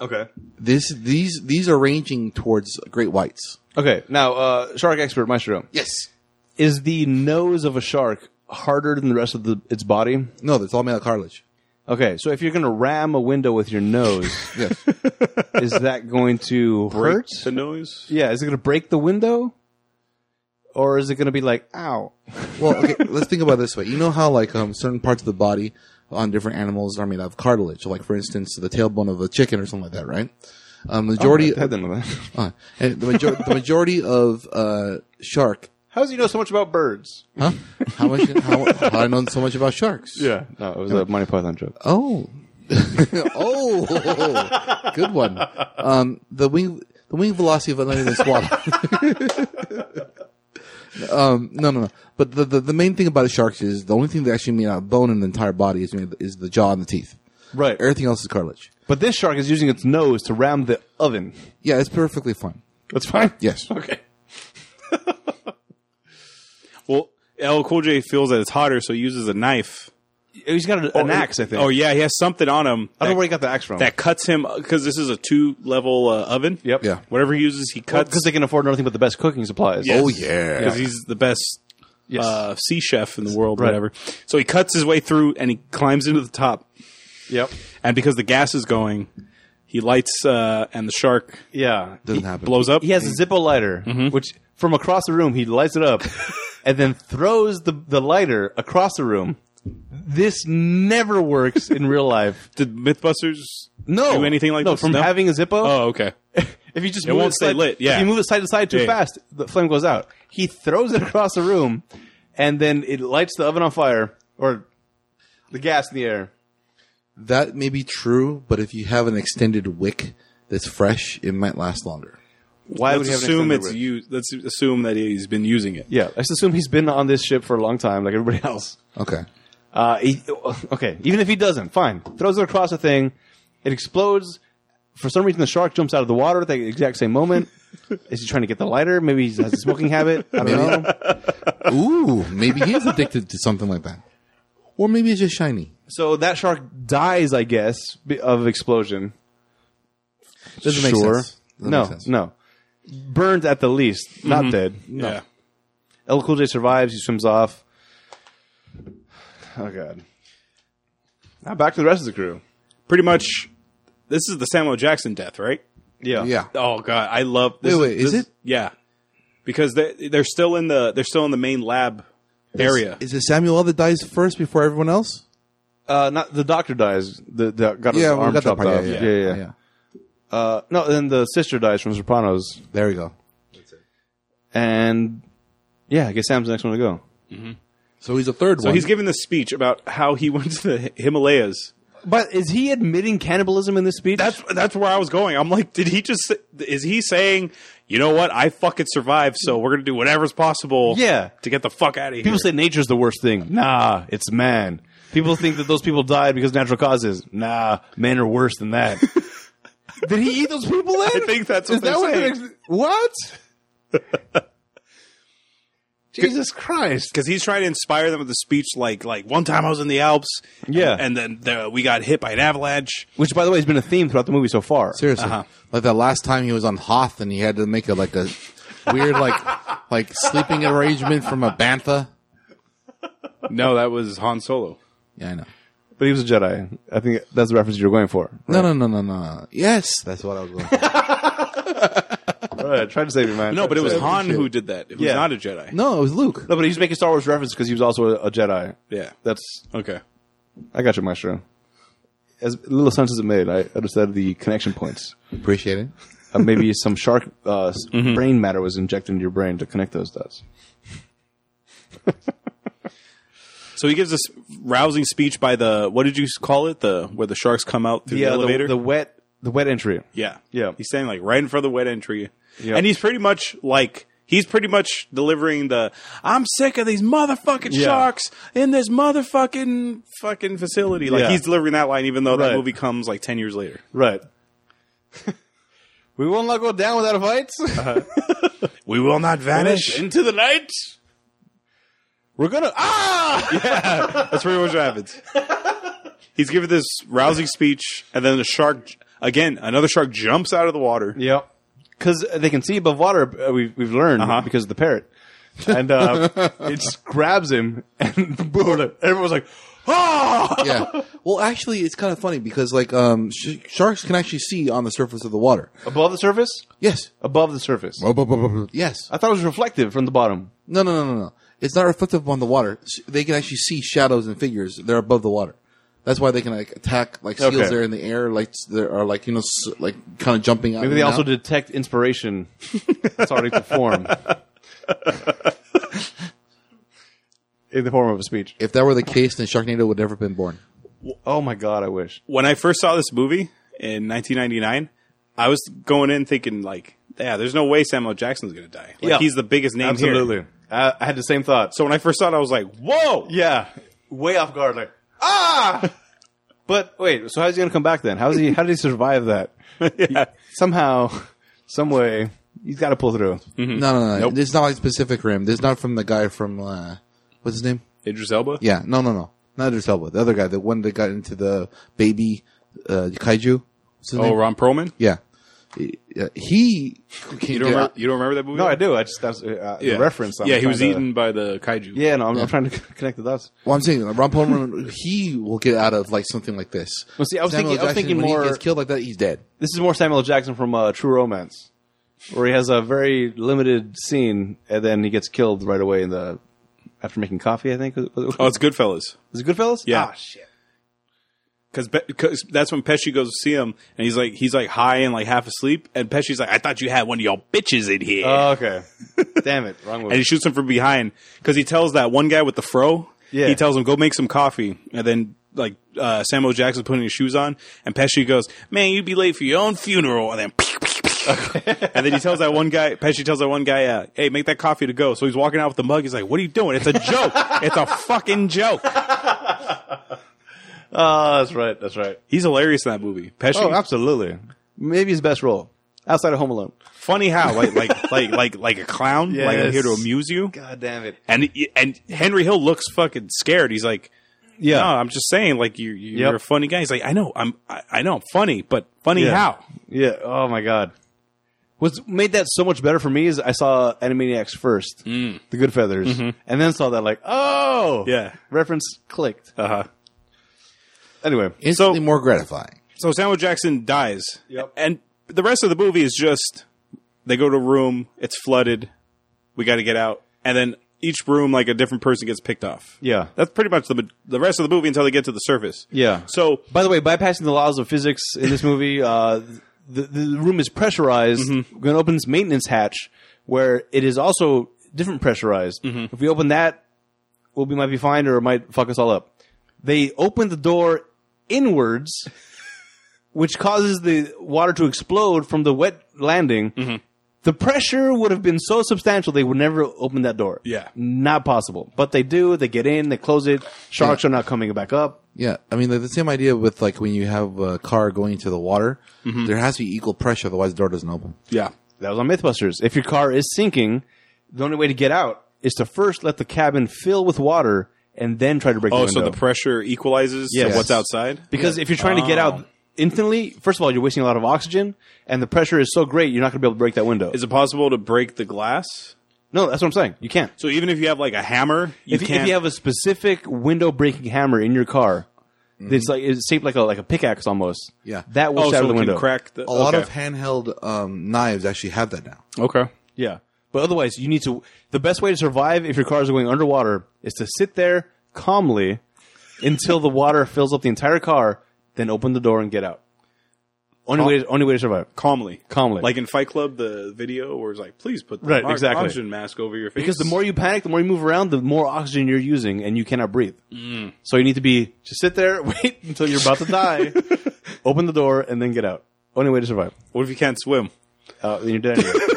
Okay. This these these are ranging towards great whites. Okay. Now, uh, shark expert Maestro, Yes. is the nose of a shark harder than the rest of the, its body? No, that's all made out of cartilage. Okay, so if you're going to ram a window with your nose, Yes. is that going to hurt? the noise. Yeah, is it going to break the window? Or is it going to be like, ow? well, okay. Let's think about it this way. You know how like um certain parts of the body on different animals are made out of cartilage. Like for instance, the tailbone of a chicken or something like that, right? Um, majority. I didn't know that. uh, and the, major- the majority of uh shark. How does he know so much about birds? Huh? How much? How, how I know so much about sharks? Yeah. Uh, No, it was a Monty Python joke. Oh, oh, good one. Um, the wing, the wing velocity of an uneven swallow. um, no, no, no. But the, the the main thing about sharks is the only thing that actually made out of bone in the entire body is made, is the jaw and the teeth. Right. Everything else is cartilage. But this shark is using its nose to ram the oven. Yeah, it's perfectly fine. That's fine. Yes. Okay. Well, L Cool J feels that it's hotter, so he uses a knife. He's got a, an axe, I think. Oh yeah, he has something on him. I don't know that, where he got the axe from. that cuts him because this is a two level uh, oven. Yep. Yeah. Whatever he uses, he cuts. Because they can afford nothing but the best cooking supplies. Yes. Oh yeah. because he's the best Yes. uh, sea chef in the world, Right. whatever. So he cuts his way through and he climbs into the top. Yep. And because the gas is going, he lights uh, and the shark Yeah. Doesn't happen. blows up. He has a Zippo lighter, which from across the room he lights it up, and then throws the the lighter across the room. This never works in real life. Did MythBusters No, do anything like no. this? From no? having a Zippo, Oh, okay. if you just It move won't stay side- lit, yeah. if you move it side to side too Yeah. fast, the flame goes out. He throws it across the room, and then it lights the oven on fire or the gas in the air. That may be true, but if you have an extended wick that's fresh, it might last longer. Why Let's would he have an assume extended it's wick? you. Let's assume that he's been using it. Yeah, let's assume he's been on this ship for a long time, like everybody else. Okay. Uh, he, okay, even if he doesn't, fine. Throws it across the thing. It explodes. For some reason, the shark jumps out of the water at the exact same moment. Is he trying to get the lighter? Maybe he has a smoking habit. I don't know. Ooh, maybe he's addicted to something like that, or maybe it's just shiny. So that shark dies, I guess, be- of explosion. Doesn't make sure. sense. Doesn't no, make sense. no. Burned at the least, not dead. Mm-hmm. Yeah. El Cool J survives. He swims off. Oh god. Now back to the rest of the crew. Pretty much, this is the Samuel Jackson death, right? Yeah. Yeah. Oh god, I love. This Wait, wait, is this- it? Yeah, because they they're still in the they're still in the main lab area. Is it Samuel that dies first before everyone else? Uh, not the doctor dies. The, the got his arm chopped off. yeah, yeah. Uh, no, then the sister dies from Sopranos, There we go. and yeah, I guess Sam's the next one to go. So he's a third so one. he's giving this speech about how he went to the Himalayas. But is he admitting cannibalism in this speech? That's that's where I was going. I'm like, did he just? Is he saying, you know what? I fucking survived, so we're gonna do whatever's possible. Yeah. to get the fuck out of here. people say nature's the worst thing. Nah, it's man. People think that those people died because natural causes. Nah, men are worse than that. Did he eat those people? Then? I think that's what Is they're that what? saying. it ex- What? Jesus Christ! because he's trying to inspire them with a speech like like one time I was in the Alps, Yeah. and, and then the, we got hit by an avalanche. Which, by the way, has been a theme throughout the movie so far. seriously Uh-huh. like that last time he was on Hoth and he had to make a like a weird like like sleeping arrangement from a bantha. No, that was Han Solo. Yeah, I know. But he was a Jedi. I think that's the reference you were going for. No, no, no, no, no. Yes, that's what I was going. For. Right, try to save your man. No, but it was Han shit. who did that. It was Yeah. not a Jedi. No, it was Luke. No, but he's making Star Wars reference because he was also a, a Jedi. Yeah. That's Okay. I got you, Maestro. As little sense as it made, I understood the connection points. Appreciate it. Uh, maybe some shark uh, s- Mm-hmm. brain matter was injected into your brain to connect those dots. So he gives this rousing speech by the what did you call it? The where the sharks come out through yeah, the elevator. The, wet the wet entry. yeah, Yeah. He's standing like right in front of the wet entry, Yeah. and he's pretty much like he's pretty much delivering the I'm sick of these motherfucking sharks in this motherfucking fucking facility. Like Yeah. he's delivering that line, even though that Right. movie comes like ten years later. Right. we will not go down without a fight. Uh-huh. We will not vanish. Into the night. We're gonna ah. That's pretty much what happens. He's giving this rousing speech, and then the shark again. Another shark jumps out of the water. Yep. Because they can see above water. Uh, we've we've learned Uh-huh. because of the parrot, and uh, it just grabs him and boom, everyone's like, ah. yeah. Well, actually, it's kind of funny because like um, sh- sharks can actually see on the surface of the water. Above the surface. Yes. Above the surface. Oh, Yes. I thought it was reflective from the bottom. No, no, no, no, no. It's not reflective upon the water. S- They can actually see shadows and figures. They're above the water. That's why they can like attack like seals Okay. that are in the air, like s- that are like you know s- like kind of jumping out. Maybe and they also out. detect inspiration starting to form in the form of a speech. If that were the case, then Sharknado would never have been born. Oh my god, I wish. When I first saw this movie in 1999, I was going in thinking like, yeah, there's no way Samuel L. Jackson's gonna die. Like Yeah. he's the biggest name here. Absolutely. I, I had the same thought. So So when I first saw it, I was like, whoa. yeah, way off guard. Like ah. but wait, so how's he gonna come back then? How's he? How did he survive that? Yeah. Somehow, some way, he's got to pull through. No, no, no. It's not like Pacific Rim. This is not from the guy from uh, what's his name? Idris Elba. Yeah, no, no, no. Not Idris Elba. The other guy, the one that got into the baby uh, kaiju. What's his Oh, name? Ron Perlman. Yeah. Yeah, He You don't remember? You don't remember that movie? No, I do. I just that's uh, Yeah. the reference. I'm yeah, he trying was to- eaten by the kaiju. Yeah, no, I'm, I'm trying to connect the dots. Well, I'm saying like, Ron Perlman, he will get out of like something like this. Well, see, I was Samuel thinking- I was Jackson, thinking when more- He gets killed like that, he's dead. This is more Samuel L. Jackson from uh, True Romance, where he has a very limited scene and then he gets killed right away in the after making coffee. I think was, was, Oh, it's Goodfellas. is it Goodfellas? Yeah. Ah, shit. Because that's when Pesci goes to see him, and he's like, he's like high and like half asleep, and Pesci's like, I thought you had one of y'all bitches in here, Oh, okay. Damn it, wrong and movie. he shoots him from behind because he tells that one guy with the fro, Yeah. he tells him go make some coffee, and then like uh, Samuel Jackson's putting his shoes on, and Pesci goes, man, you'd be late for your own funeral, and then. and then he tells that one guy, Pesci tells that one guy, uh, hey, make that coffee to go. So he's walking out with the mug. He's like, what are you doing? It's a joke. it's a fucking joke. Oh, that's right. That's right. He's hilarious in that movie. Pesci, Oh, absolutely. Maybe his best role outside of Home Alone. funny how like like like like like a clown like i'm Yes. here to amuse you God damn it. and and henry hill looks fucking scared he's like Yeah. no i'm just saying like you you- you're Yep. a funny guy he's like i know i'm i, I know i'm funny but funny Yeah. how Yeah. Oh my god. What's made that so much better for me is I saw Animaniacs first, The Good Feathers, and then saw that like, oh, Yeah. reference clicked. uh-huh Anyway, Instantly more gratifying. so samuel jackson dies Yep. and the rest of the movie is just they go to a room it's flooded we got to get out and then each room like a different person gets picked off yeah, that's pretty much the the rest of the movie until they get to the surface yeah. so By the way, bypassing the laws of physics in this movie, uh, the, the room is pressurized. We're going to open this maintenance hatch where it is also different pressurized. If we open that, we'll be, might be fine or it might fuck us all up. They open the door inwards, which causes the water to explode from the wet landing. The pressure would have been so substantial they would never open that door. Yeah. Not possible. But they do. They get in, they close it. Sharks are not coming back up. Yeah, I mean like, the same idea with like when you have a car going into the water, there has to be equal pressure, otherwise the door doesn't open. yeah That was on Mythbusters. If your car is sinking, the only way to get out is to first let the cabin fill with water and then try to break oh the so window. the pressure equalizes Yes. to what's outside because if you're trying to get Oh. out instantly, first of all, you're wasting a lot of oxygen, and the pressure is so great, you're not going to be able to break that window. Is it possible to break the glass? no, that's what I'm saying. You can't. So even if you have like a hammer, you If you, can't. if you have a specific window breaking hammer in your car, it's like it's shaped like a like a pickaxe almost. Yeah. that will oh, shatter so the it window. can crack. The, A lot okay. of handheld um, knives actually have that now. okay. Yeah. But otherwise, you need to. The best way to survive if your cars are going underwater is to sit there calmly until the water fills up the entire car, then open the door and get out. Only way, only way to survive. calmly, Calmly. like in Fight Club, the video where it's like, please put the Right, mar- exactly. oxygen mask over your face Because the more you panic, the more you move around, the more oxygen you're using, and you cannot breathe. So you need to be just sit there, wait until you're about to die, open the door, and then get out. Only way to survive. what if you can't swim? Uh, then you're dead. Anyway.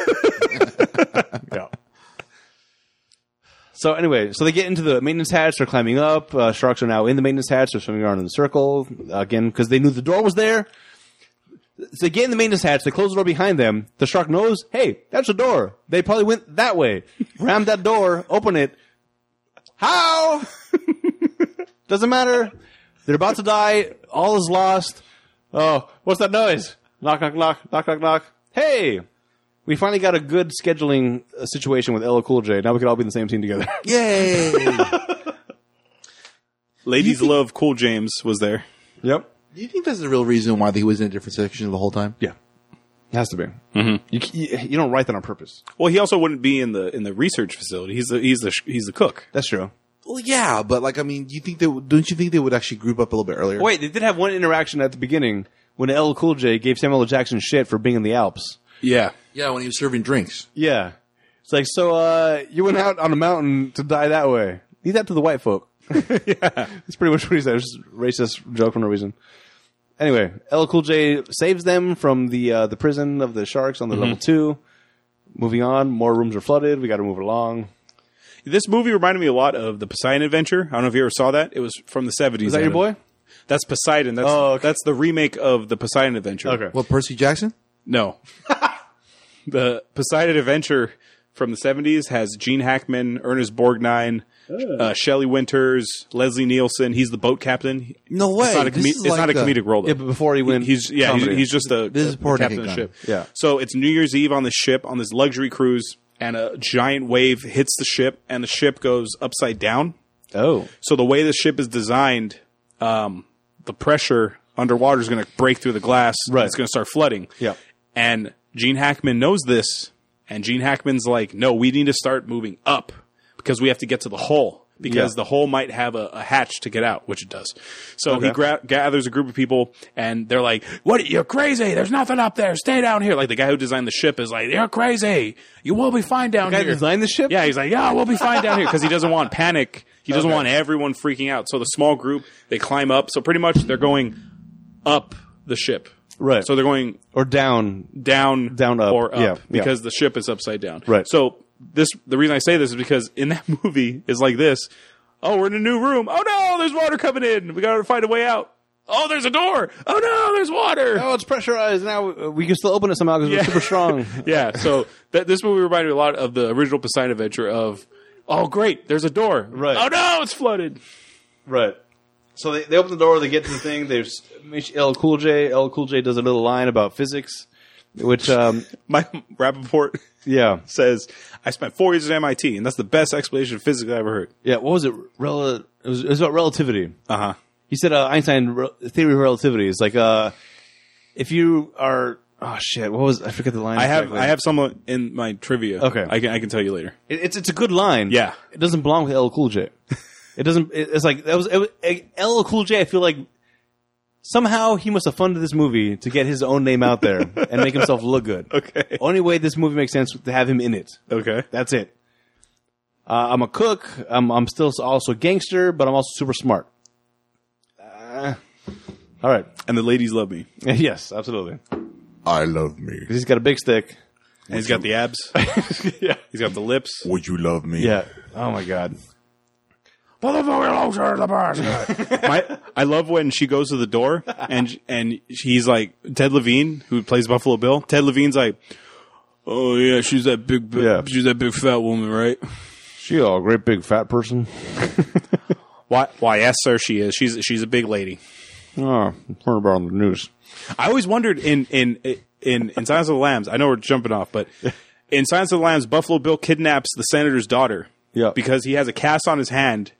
yeah. So anyway, so they get into the maintenance hatch. They're climbing up. Uh, sharks are now in the maintenance hatch. They're swimming around in a circle again because they knew the door was there. So they get in the maintenance hatch. They close the door behind them. The shark knows. Hey, that's a door. They probably went that way. Rammed that door. Open it. How? Doesn't matter. They're about to die. All is lost. Oh, what's that noise? Knock, knock, knock, knock, knock, knock. Hey, we finally got a good scheduling uh, situation with LL Cool J. Now we could all be in the same team together. Yay! Ladies love Cool James was there. yep. Do you think that's the real reason why he was in a different section the whole time? Yeah. It has to be. Mm-hmm. You, c- you, you don't write that on purpose. Well, he also wouldn't be in the in the research facility. He's the he's the sh- he's the cook. That's true. Well, yeah, but like, I mean, do you think they don't you think they would actually group up a little bit earlier? Wait, they did have one interaction at the beginning when LL Cool J gave Samuel L. Jackson shit for being in the Alps. Yeah, Yeah, when he was serving drinks. Yeah. It's like, so uh, you went out on a mountain to die that way. Leave that to the white folk. yeah. That's pretty much what he said. It was just a racist joke for no reason. Anyway, L Cool J saves them from the uh, the prison of the sharks Mm-hmm. on the level two. Moving on, more rooms are flooded. We got to move along. this movie reminded me a lot of the Poseidon Adventure. I don't know if you ever saw that. It was from the seventies. Is that your boy? That's Poseidon. That's Oh, okay. that's the remake of the Poseidon Adventure. What Percy Jackson? No. the Poseidon Adventure from the 70s has Gene Hackman, Ernest Borgnine, uh, Shelley Winters, Leslie Nielsen. He's the boat captain. No way. It's not a, This comi- is it's like not a the- comedic role, though. Yeah, but before he went, He's yeah, he's, comedy. he's just the, This is the Puerto captain of the Rican. ship. Yeah. So it's New Year's Eve on the ship on this luxury cruise, and a giant wave hits the ship, and the ship goes upside down. oh So the way the ship is designed, um, the pressure underwater is going to break through the glass. Right. It's going to start flooding. Yeah. And Gene Hackman knows this, and Gene Hackman's like, "No, we need to start moving up because we have to get to the hole because Yeah. the hole might have a, a hatch to get out, which it does." So he Okay. gra- gathers a group of people, and they're like, "What? You're crazy! There's nothing up there. Stay down here." Like the guy who designed the ship is like, "You're crazy! You will be fine down guy here." designed the ship. Yeah, he's like, yeah, we'll be fine down here because he doesn't want panic. He doesn't want everyone freaking out. So the small group they climb up. So pretty much they're going up the ship. Right. So they're going or down. down, Down, up. or up Yeah, yeah. because the ship is upside down. Right. So this the reason I say this is because in that movie is like this. Oh, we're in a new room. Oh no, there's water coming in. We gotta find a way out. Oh, there's a door. Oh no, there's water. Oh, it's pressurized now. uh, We can still open it somehow because we're super strong. yeah. So that this movie reminded me a lot of the original Poseidon Adventure of. Oh great! There's a door. Right. Oh no, it's flooded. Right. So they, they open the door, they get to the thing. There's L Cool J. L Cool J does a little line about physics, which um, My Rappaport yeah, says I spent four years at MIT, and that's the best explanation of physics I ever heard. yeah. What was it? Rel- it, was, it was about relativity. Uh huh. He said uh, Einstein re- theory of relativity is like uh, if you are oh shit, what was I forget the line. I have exactly. I have some in my trivia. Okay. I can I can tell you later. It, it's it's a good line. Yeah. it doesn't belong with L Cool J. It doesn't. It, it's like that was, it was L Cool J. I feel like somehow he must have funded this movie to get his own name out there and make himself look good. Okay. Only way this movie makes sense to have him in it. Okay. That's it. Uh, I'm a cook. I'm I'm still also a gangster, but I'm also super smart. Uh, all right. And the ladies love me. Yes, absolutely. I love me. He's got a big stick. And he's got the abs. yeah. He's got the lips. Would you love me? Yeah. Oh my god. My, I love when she goes to the door and and he's like Ted Levine, who plays Buffalo Bill. Ted Levine's like, "Oh yeah, she's that big, Yeah. she's that big fat woman, right?" She a great big fat person. Why? Why? Yes, sir. She is. She's she's a big lady. Oh, heard about on the news. I always wondered in in in in Silence of the Lambs. I know we're jumping off, but in Silence of the Lambs, Buffalo Bill kidnaps the senator's daughter. Yeah. because he has a cast on his hand.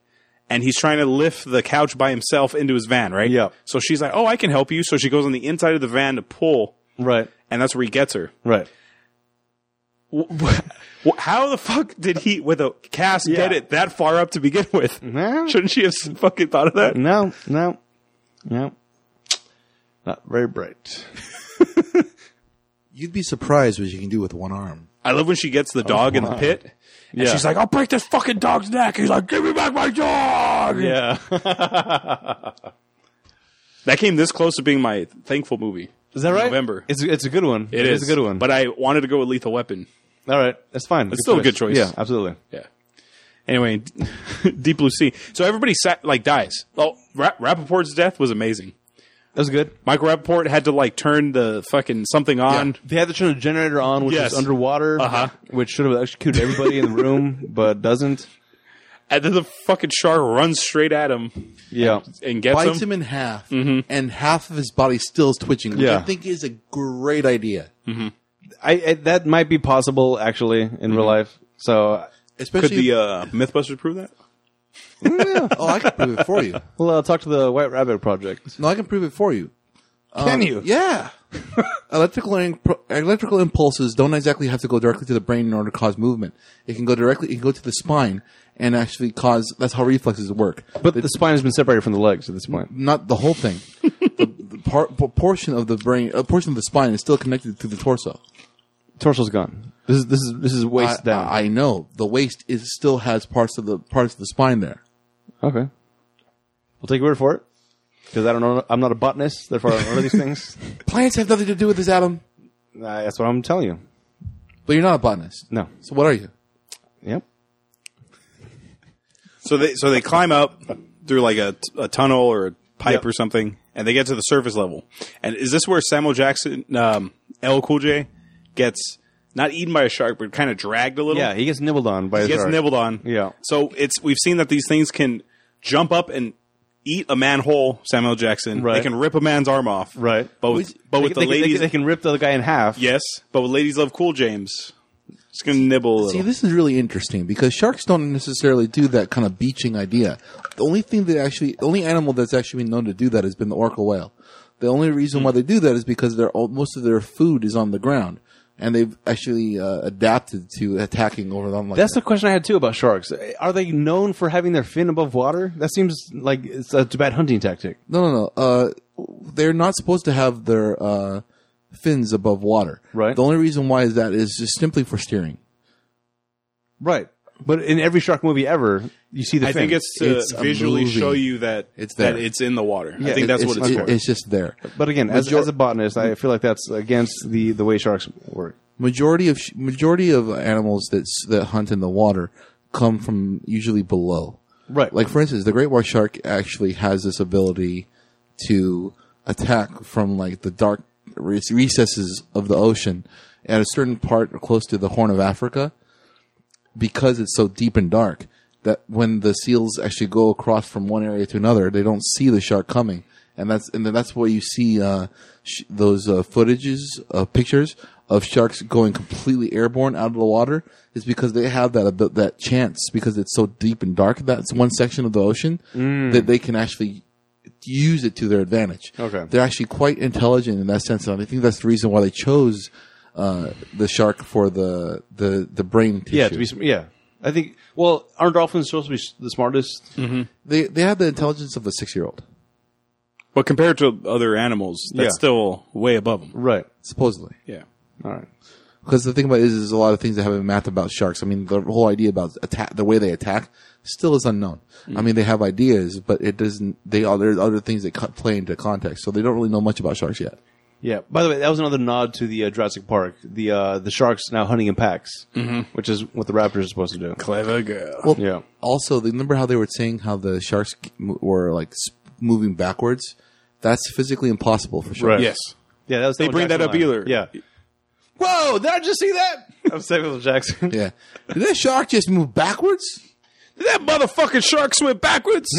And he's trying to lift the couch by himself into his van, right? Yeah. So she's like, "Oh, I can help you." So she goes on the inside of the van to pull, Right. and that's where he gets her. Right. Wh- wh- How the fuck did he, with a cast, get Yeah. it that far up to begin with? No. Shouldn't she have s- fucking thought of that? No, no, no. Not very bright. You'd be surprised what you can do with one arm. I love when she gets the dog in the Oh, wow. pit. And Yeah. she's like, I'll break this fucking dog's neck. He's like, give me back my dog. Yeah. That came this close to being my thankful movie. Is that right? November. It's it's a good one. It is a good one. But I wanted to go with Lethal Weapon. all right, that's fine. It's still a good choice. Yeah, absolutely. Yeah. Anyway, Deep Blue Sea. So everybody sat, like dies. Oh, Ra- Rappaport's death was amazing. That was good. Michael Rappaport had to like turn the fucking something on. They had to turn the generator on, which Yes. is underwater, Uh-huh. which should have executed everybody in the room, but doesn't. And then the fucking shark runs straight at him Yeah, and gets Bites him. him in half, and half of his body still is twitching, which I Mm-hmm. Yeah. think is a great idea. I, I that might be possible actually in real life. So Especially, uh, Mythbusters prove that? oh, I can prove it for you. we'll uh, talk to the White Rabbit Project. No, I can prove it for you. Can you? Yeah. electrical imp- electrical impulses don't exactly have to go directly to the brain in order to cause movement. It can go directly. It can go to the spine and actually cause. That's how reflexes work. But the spine has been separated from the legs at this point. Not the whole thing. the the par- por- portion of the brain, a portion of the spine, is still connected to the torso. Torso's gone. This is this is this is waist I, down. I know the waist is still has parts of the parts of the spine there. okay, we'll take your word for it because I don't know. I'm not a botanist, therefore I don't know these things. Plants have nothing to do with this, Adam. Uh, that's what I'm telling you. But you're not a botanist. No. So what are you? Yep. So they so they climb up through like a, a tunnel or a pipe Yep. or something, and they get to the surface level. And is this where Samuel Jackson, um, L Cool J, gets not eaten by a shark, but kind of dragged a little? Yeah, he gets nibbled on by he his gets shark. nibbled on. Yeah. So it's we've seen that these things can jump up and eat a man whole. Samuel Jackson. They Right. can rip a man's arm off. Right. But with, They- but with they- the they- ladies, they, can rip the other guy in half. yes. But with ladies love Cool James. Just gonna nibble a little. See, this is really interesting because sharks don't necessarily do that kind of beaching idea. The only thing that actually, the only animal that's actually been known to do that has been the orca whale. The only reason why they do that is because their all- most of their food is on the ground, and they've actually uh, adapted to attacking over them. Like That's that. the question I had too about sharks. Are they known for having their fin above water? That seems like it's a bad hunting tactic. no, no, no. Uh, they're not supposed to have their uh, fins above water. Right. The only reason why is that is just simply for steering. Right. But in every shark movie ever, you see the I fin. think it's to It's a visually movie. show you that It's that there. it's in the water. I Yeah, think it- that's it's, what it's it- for. it's just there. But again, as, Major- as a botanist, I feel like that's against the, the way sharks work. majority of majority of animals that s- that hunt in the water come from usually below. Right. Like for instance, the great white shark actually has this ability to attack from like the dark re- recesses of the ocean at a certain part or close to the Horn of Africa because it's so deep and dark that when the seals actually go across from one area to another, they don't see the shark coming, and that's and that's where you see uh, sh- those uh, footages, uh, pictures of sharks going completely airborne out of the water. Is because they have that abi- that chance because it's so deep and dark. That's one section of the ocean Mm. that they can actually use it to their advantage. Okay. They're actually quite intelligent in that sense, and I think that's the reason why they chose uh, the shark for the the the brain tissue. Yeah, to be sm- yeah. I think. Well, aren't dolphins supposed to be s- the smartest? they they have the intelligence of a six year old, But compared to other animals, that's Yeah. still way above them. Right. supposedly. Yeah. All right. Because the thing about it is, is a lot of things that have in math about sharks. I mean, the whole idea about attack, the way they attack, still is unknown. I mean, they have ideas, but it doesn't. They are there's other things that cut, play into context, so they don't really know much about sharks yet. Yeah. By the way, that was another nod to the uh, Jurassic Park. The uh, the sharks now hunting in packs, which is what the raptors are supposed to do. Clever girl. Well, Yeah. Also, they- remember how they were saying how the sharks mo- were like s- moving backwards? That's physically impossible for sure. Right. yes. Yeah, that was They bring that up either. Yeah. Whoa! Did I just see that? I'm Samuel L. Jackson. Yeah. Did that shark just move backwards? Did that motherfucking shark swim backwards?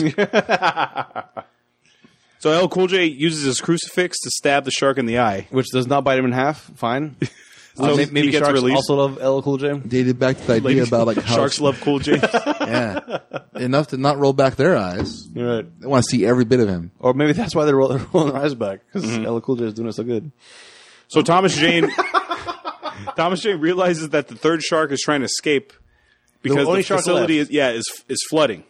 so L Cool J uses his crucifix to stab the shark in the eye. Which does not bite him in half. Fine. So Uh, may- he maybe gets sharks released? also love LL Cool J. Dated back to the idea about like how sharks love Cool J. yeah, enough to not roll back their eyes. You're right. They want to see every bit of him. Or maybe that's why they're rolling, rolling their eyes back because LL Cool J is doing it so good. so Thomas Jane Thomas Jane realizes that the third shark is trying to escape because the, only shark facility left. is yeah, is is flooding.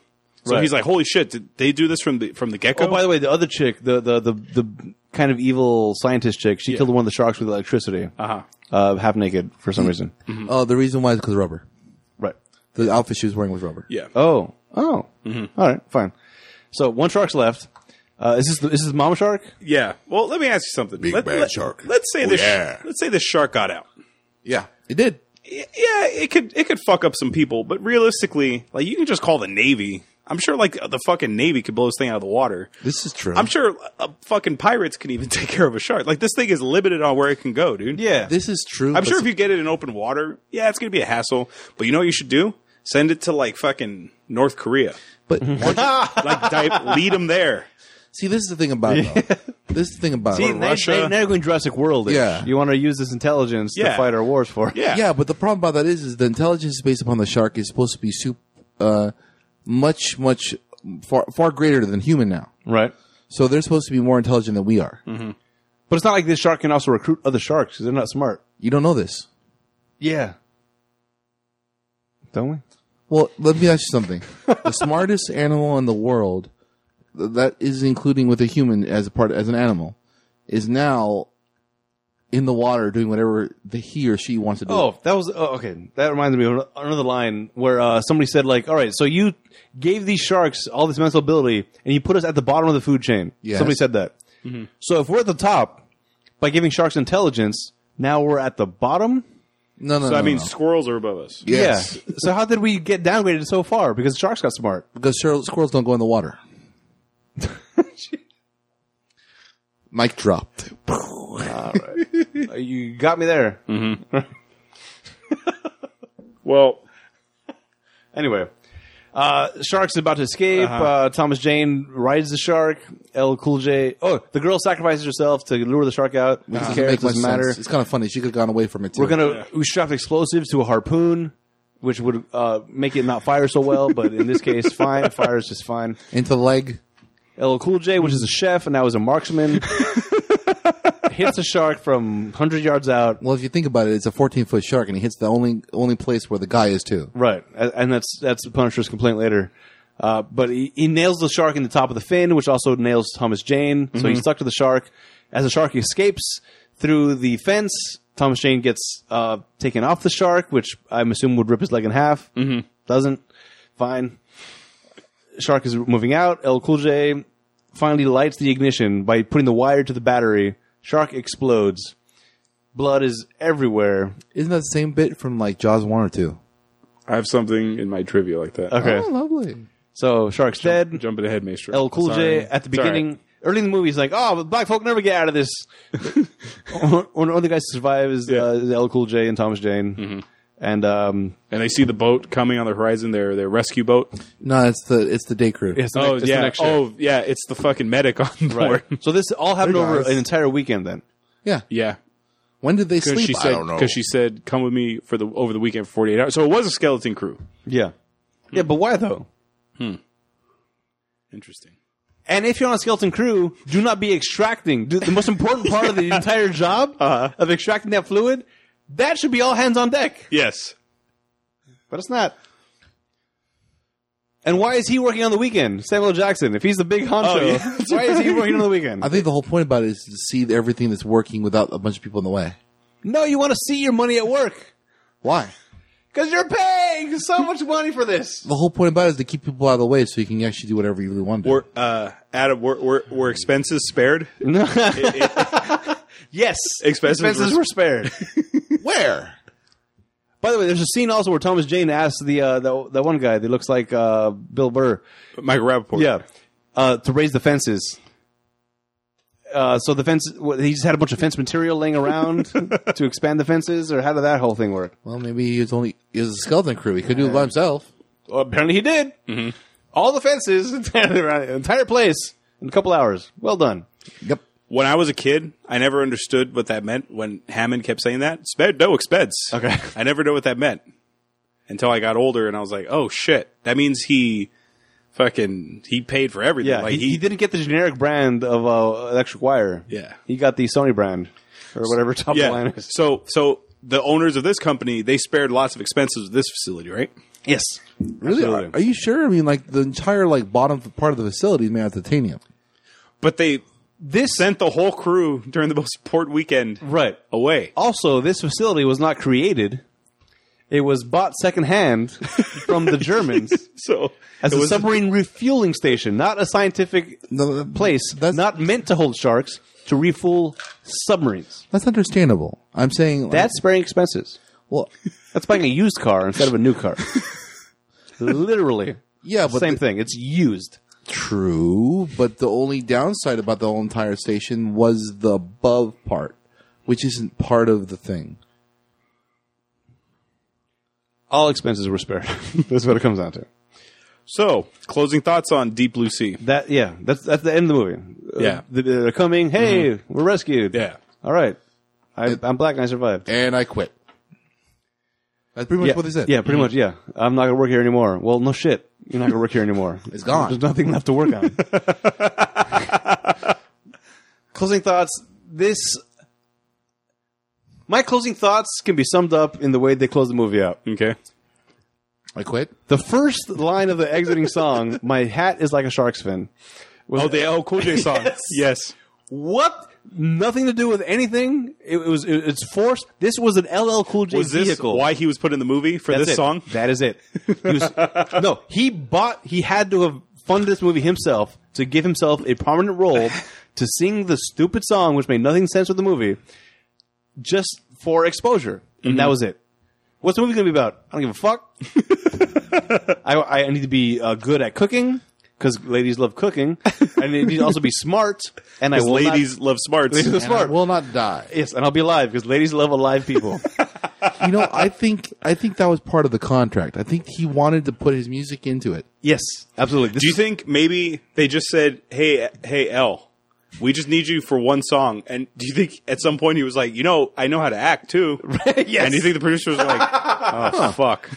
So Right. he's like, "Holy shit, did they do this from the from the get-go?" Oh, by the way, the other chick, the the the, the kind of evil scientist chick. She Yeah. killed one of the sharks with electricity, Uh-huh. uh, half naked for some reason. Oh, the reason why is because rubber. Right. The outfit she was wearing was rubber. Yeah. Oh. Oh. All right. Fine. So one shark's left. Uh, is this the, is this mama shark? Yeah. Well, let me ask you something. Big let, bad let- shark. Let's say Oh, this. yeah. Let's say this shark got out. Yeah, it did. Y- Yeah, it could it could fuck up some people, but realistically, like you can just call the navy. I'm sure like the fucking navy could blow this thing out of the water. This is true. I'm sure uh, fucking pirates can even take care of a shark. Like this thing is limited on where it can go, dude. This is true. I'm but sure if you get it in open water, yeah, it's gonna be a hassle. But you know what you should do? Send it to like fucking North Korea. But Like di- lead them there. see, this is the thing about it. though. This is the thing about they- it. Russia. they- now they're you're going Jurassic World. Yeah. You want to use this intelligence Yeah. to fight our wars for? Yeah. Yeah, but the problem about that is, is the intelligence based upon the shark is supposed to be sup- uh, much, much far, far greater than human now. Right. So they're supposed to be more intelligent than we are. Mm-hmm. But it's not like this shark can also recruit other sharks 'cause they're not smart. You don't know this. Yeah. Don't we? Well, let me ask you something. the smartest animal in the world, th- that is including with a human as a part as an animal, is now in the water doing whatever the he or she wants to do. Oh, that was oh, okay. That reminds me of another line where uh, somebody said, "Like, all right, so you gave these sharks all this mental ability, and you put us at the bottom of the food chain." Yes. Mm-hmm. Somebody said that. So if we're at the top by giving sharks intelligence, now we're at the bottom. no, no, So no, I mean, no. squirrels are above us. yes, Yeah. so how did we get downgraded so far? Because sharks got smart. because squirrel- squirrels don't go in the water. Mic dropped. Uh, you got me there. Mm. Well, Anyway, uh, shark's about to escape. uh Uh-huh. Thomas Jane rides the shark. L Cool J. Oh, the girl sacrifices herself to lure the shark out. Doesn't care. Uh-huh. Make much Doesn't matter. sense. It's kind of funny. She could have gone away from it too. We're gonna we strapped explosives to a harpoon, which would uh, make it not fire so well. But in this case, fine, fire is just fine. into the leg. LL Cool J, which is a chef and now is a marksman, hits a shark from hundred yards out. Well, if you think about it, it's a 14 foot shark, and he hits the only only place where the guy is too. Right, A- and that's that's the Punisher's complaint later. Uh, but he, he nails the shark in the top of the fin, which also nails Thomas Jane. So he's stuck to the shark. As the shark escapes through the fence, Thomas Jane gets uh, taken off the shark, which I'm assuming would rip his leg in half. Mm-hmm. Doesn't. Fine. Shark is moving out. El Cool J finally lights the ignition by putting the wire to the battery. Shark explodes. Blood is everywhere. Isn't that the same bit from like Jaws one or two? I have something in my trivia like that. Okay. Oh, lovely. So Shark's dead. Jumping ahead, Maestro. El Cool Sorry. J at the It's all right. beginning, early in the movie, he's like, "Oh, but black folk never get out of this." One one of the guys to survive is Yeah. Mm-hmm. uh, is El Cool J and Thomas Jane, and um, and they see the boat coming on the horizon. Their their rescue boat. No, it's the it's the day crew. it's the oh next- it's the yeah. next year. oh yeah. It's the fucking medic on board. so this all happened Hey, over guys. an entire weekend. Then Yeah. Yeah. When did they Because sleep? she I said, don't know. know. because she said, come with me for the over the weekend for forty eight hours. So it was a skeleton crew. yeah, yeah, but why though? Interesting. And if you're on a skeleton crew, do not be extracting. Do, the most important part of the entire job Uh-huh. of extracting that fluid, that should be all hands on deck. Yes. But it's not. And why is he working on the weekend? Samuel Jackson, if he's the big honcho, yeah. why is he working on the weekend? I think the whole point about it is to see everything that's working without a bunch of people in the way. No, you want to see your money at work Why? because you're paying so much money for this. The whole point about it is to keep people out of the way so you can actually do whatever you really want to. do. Were uh, Adam were, were, were expenses spared? Yes, Expenses were- were spared. Where? By the way, there's a scene also where Thomas Jane asks the uh, the, the one guy that looks like uh, Bill Burr, Michael Rappaport. yeah, uh, to raise the fences. Uh, so the fence, what, he just had a bunch of fence material laying around to expand the fences, or how did that whole thing work? Well, maybe he was only he was a skeleton crew. He could do it by himself. Well, apparently he did. Mm-hmm. All the fences, entire, entire place, in a couple hours. Well done. Yep. When I was a kid, I never understood what that meant when Hammond kept saying that. Sped no expense. Okay. I never knew what that meant. Until I got older and I was like, oh shit. That means he fucking he paid for everything. Yeah, like he, he didn't get the generic brand of uh, electric wire. Yeah. he got the Sony brand or whatever top of the line Yeah. is. So so the owners of this company, they spared lots of expenses with this facility, right? Yes, Really? Are, are you sure? I mean, like the entire like bottom part of the facility is made out of titanium. But they This Sent the whole crew during the most important weekend right. away. Also, this facility was not created. It was bought secondhand from the Germans So as it a was- submarine refueling station, not a scientific No, place, That's not meant to hold sharks, to refuel submarines. that's understandable. I'm saying like, That's sparing expenses. well, That's buying a used car instead of a new car. Literally. yeah, but Same the- thing. It's used. True, but the only downside about the whole entire station was the above part, which isn't part of the thing. All expenses were spared. That's what it comes down to. So closing thoughts on Deep Blue Sea. That yeah, that's that's the end of the movie. Uh, Yeah. th- they're coming. Hey, we're rescued. Yeah. all right. I, I'm black and I survived. And I quit. That's pretty much yeah, what they said. yeah, pretty much. Yeah, I'm not gonna work here anymore. Well, no shit, you're not gonna work here anymore. It's gone. There's nothing left to work on. closing thoughts. This. My closing thoughts can be summed up in the way they close the movie out. Okay. I quit. The first line of the exiting song, "My hat is like a shark's fin." Oh, the El Cool J song. Yes. yes. What? Nothing to do with anything. It, it was. It, it's forced. This was an LL Cool J Was this vehicle. why he was put in the movie for That's this it. song? That is it. He was- no, he bought. He had to have funded this movie himself to give himself a prominent role to sing the stupid song, which made nothing sense with the movie, just for exposure. And Mm-hmm. that was it. What's the movie going to be about? I don't give a fuck. I, I need to be uh, good at cooking because ladies love cooking. I need to also be smart, and I 'Cause will not- ladies love smarts. Ladies love And I smart. will not die. Yes, and I'll be alive because ladies love alive people. You know, I think I think that was part of the contract. I think he wanted to put his music into it. yes, absolutely. This Do you is- think maybe they just said, "Hey, hey, L, we just need you for one song"? And do you think at some point he was like, "You know, I know how to act too"? Yes. And do you think the producers were like, "Oh fuck"?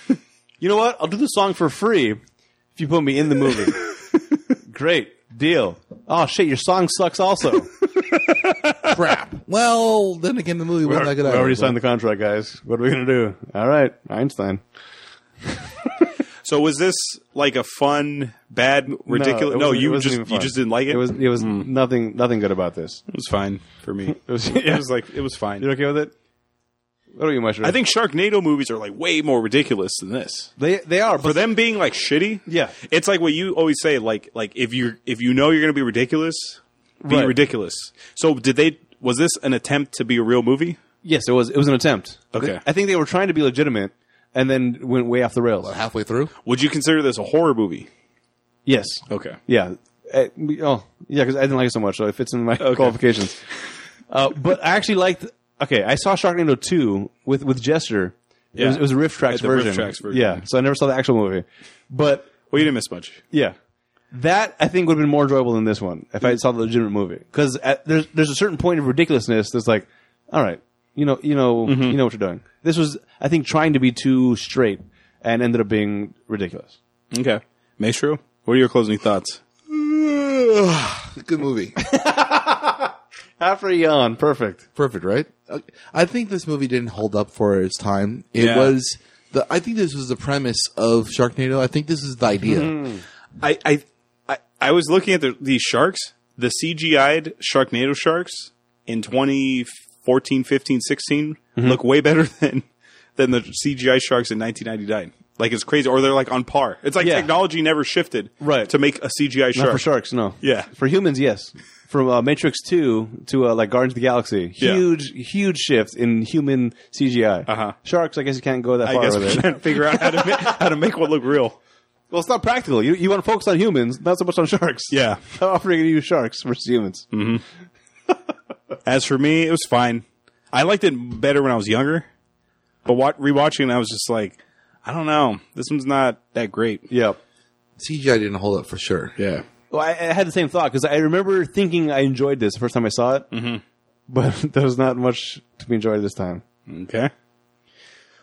you know what? I'll do the song for free if you put me in the movie. Great deal. Oh shit, your song sucks. Also, Crap. well, then again, the movie wasn't that good. we either, already but- signed the contract, guys. What are we gonna do? All right, Einstein. So was this like a fun, bad, ridiculous? it No, wasn't- it you wasn't just even you fun. just didn't like it. It was it was nothing nothing good about this. It was fine for me. It was- was, yeah. it was like it was fine. You okay with it? What are you, Mushroom? I think Sharknado movies are like way more ridiculous than this. they they are. For But them being like shitty, Yeah. it's like what you always say. Like like if you if you know you're gonna be ridiculous, be Right. ridiculous. So did they? Was this an attempt to be a real movie? yes, it was it was an attempt. Okay. I think they were trying to be legitimate and then went way off the rails. halfway through. Would you consider this a horror movie? Yes. Okay. Yeah. Uh, we- oh, yeah, because I didn't like it so much, so it fits in my qualifications. Uh, but I actually liked. Okay, I saw Sharknado two with with Jester. It, Yeah. was, it was a riff tracks The Riff version. Tracks version. Yeah, so I never saw the actual movie. But Well, you didn't miss much. yeah, that I think would have been more enjoyable than this one if Mm. I saw the legitimate movie. Because there's there's a certain point of ridiculousness that's like, all right, you know, you know, Mm-hmm. you know what you're doing. This was, I think, trying to be too straight and ended up being ridiculous. Okay. Maestro, what are your closing thoughts? Good movie. After a yawn, perfect. Perfect, right? Okay. Uh, I think this movie didn't hold up for its time. It Yeah. was the. I think this was the premise of Sharknado. I think this is the idea. I I I, I was looking at the, these sharks, the CGI'd Sharknado sharks in 2014, 15, 16 Mm-hmm. look way better than than the CGI sharks in 1999. Like it's crazy, or they're like on par. It's like Yeah. technology never shifted Right. to make a CGI Not shark. for sharks, no. Yeah. For humans, yes. From uh, Matrix 2 to uh, like Guardians of the Galaxy. Yeah. Huge, huge shift in human CGI. Uh-huh. Sharks, I guess you can't go that I far guess with we it. can't figure out how to make, how to make one look real. Well, it's not practical. You, you want to focus on humans, not so much on sharks. Yeah. Mm-hmm. How often are you going to use sharks versus humans? As for me, it was fine. I liked it better when I was younger, but wa rewatching, it, I was just like, I don't know, this one's not that great. Yeah. CGI didn't hold up for sure. Yeah. Well, I, I had the same thought because I remember thinking I enjoyed this the first time I saw it, mm-hmm. but there was not much to be enjoyed this time. Okay.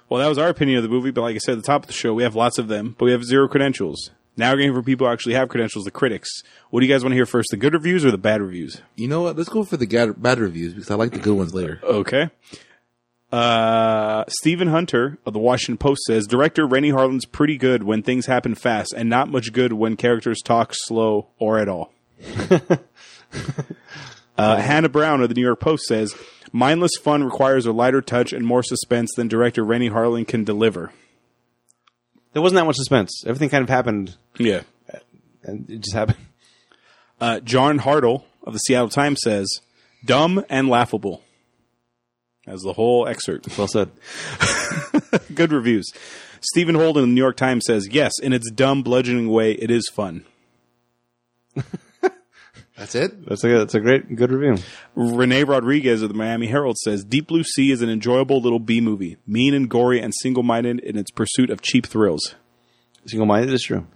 Well, that was our opinion of the movie, but like I said at the top of the show, we have lots of them, but we have zero credentials. Now we're going to hear from people who actually have credentials, the critics. What do you guys want to hear first, the good reviews or the bad reviews? You know what? Let's go for the ga- bad reviews because I like the good ones later. Okay. Uh, Stephen Hunter of the Washington Post says director Rennie Harlan's pretty good when things happen fast, and not much good when characters talk slow or at all. Uh, Hannah Brown of the New York Post says, "Mindless fun requires a lighter touch and more suspense than director Rennie Harlan can deliver." There wasn't that much suspense. Everything kind of happened, Yeah. and it just happened. Uh, John Hartle of the Seattle Times says, "Dumb and laughable." As the whole excerpt. Well said. Good reviews. Stephen Holden of the New York Times says, "Yes, in its dumb, bludgeoning way, it is fun." That's it. That's a that's a great good review. Renee Rodriguez of the Miami Herald says Deep Blue Sea is an enjoyable little B movie, mean and gory and single minded in its pursuit of cheap thrills. Single minded is true.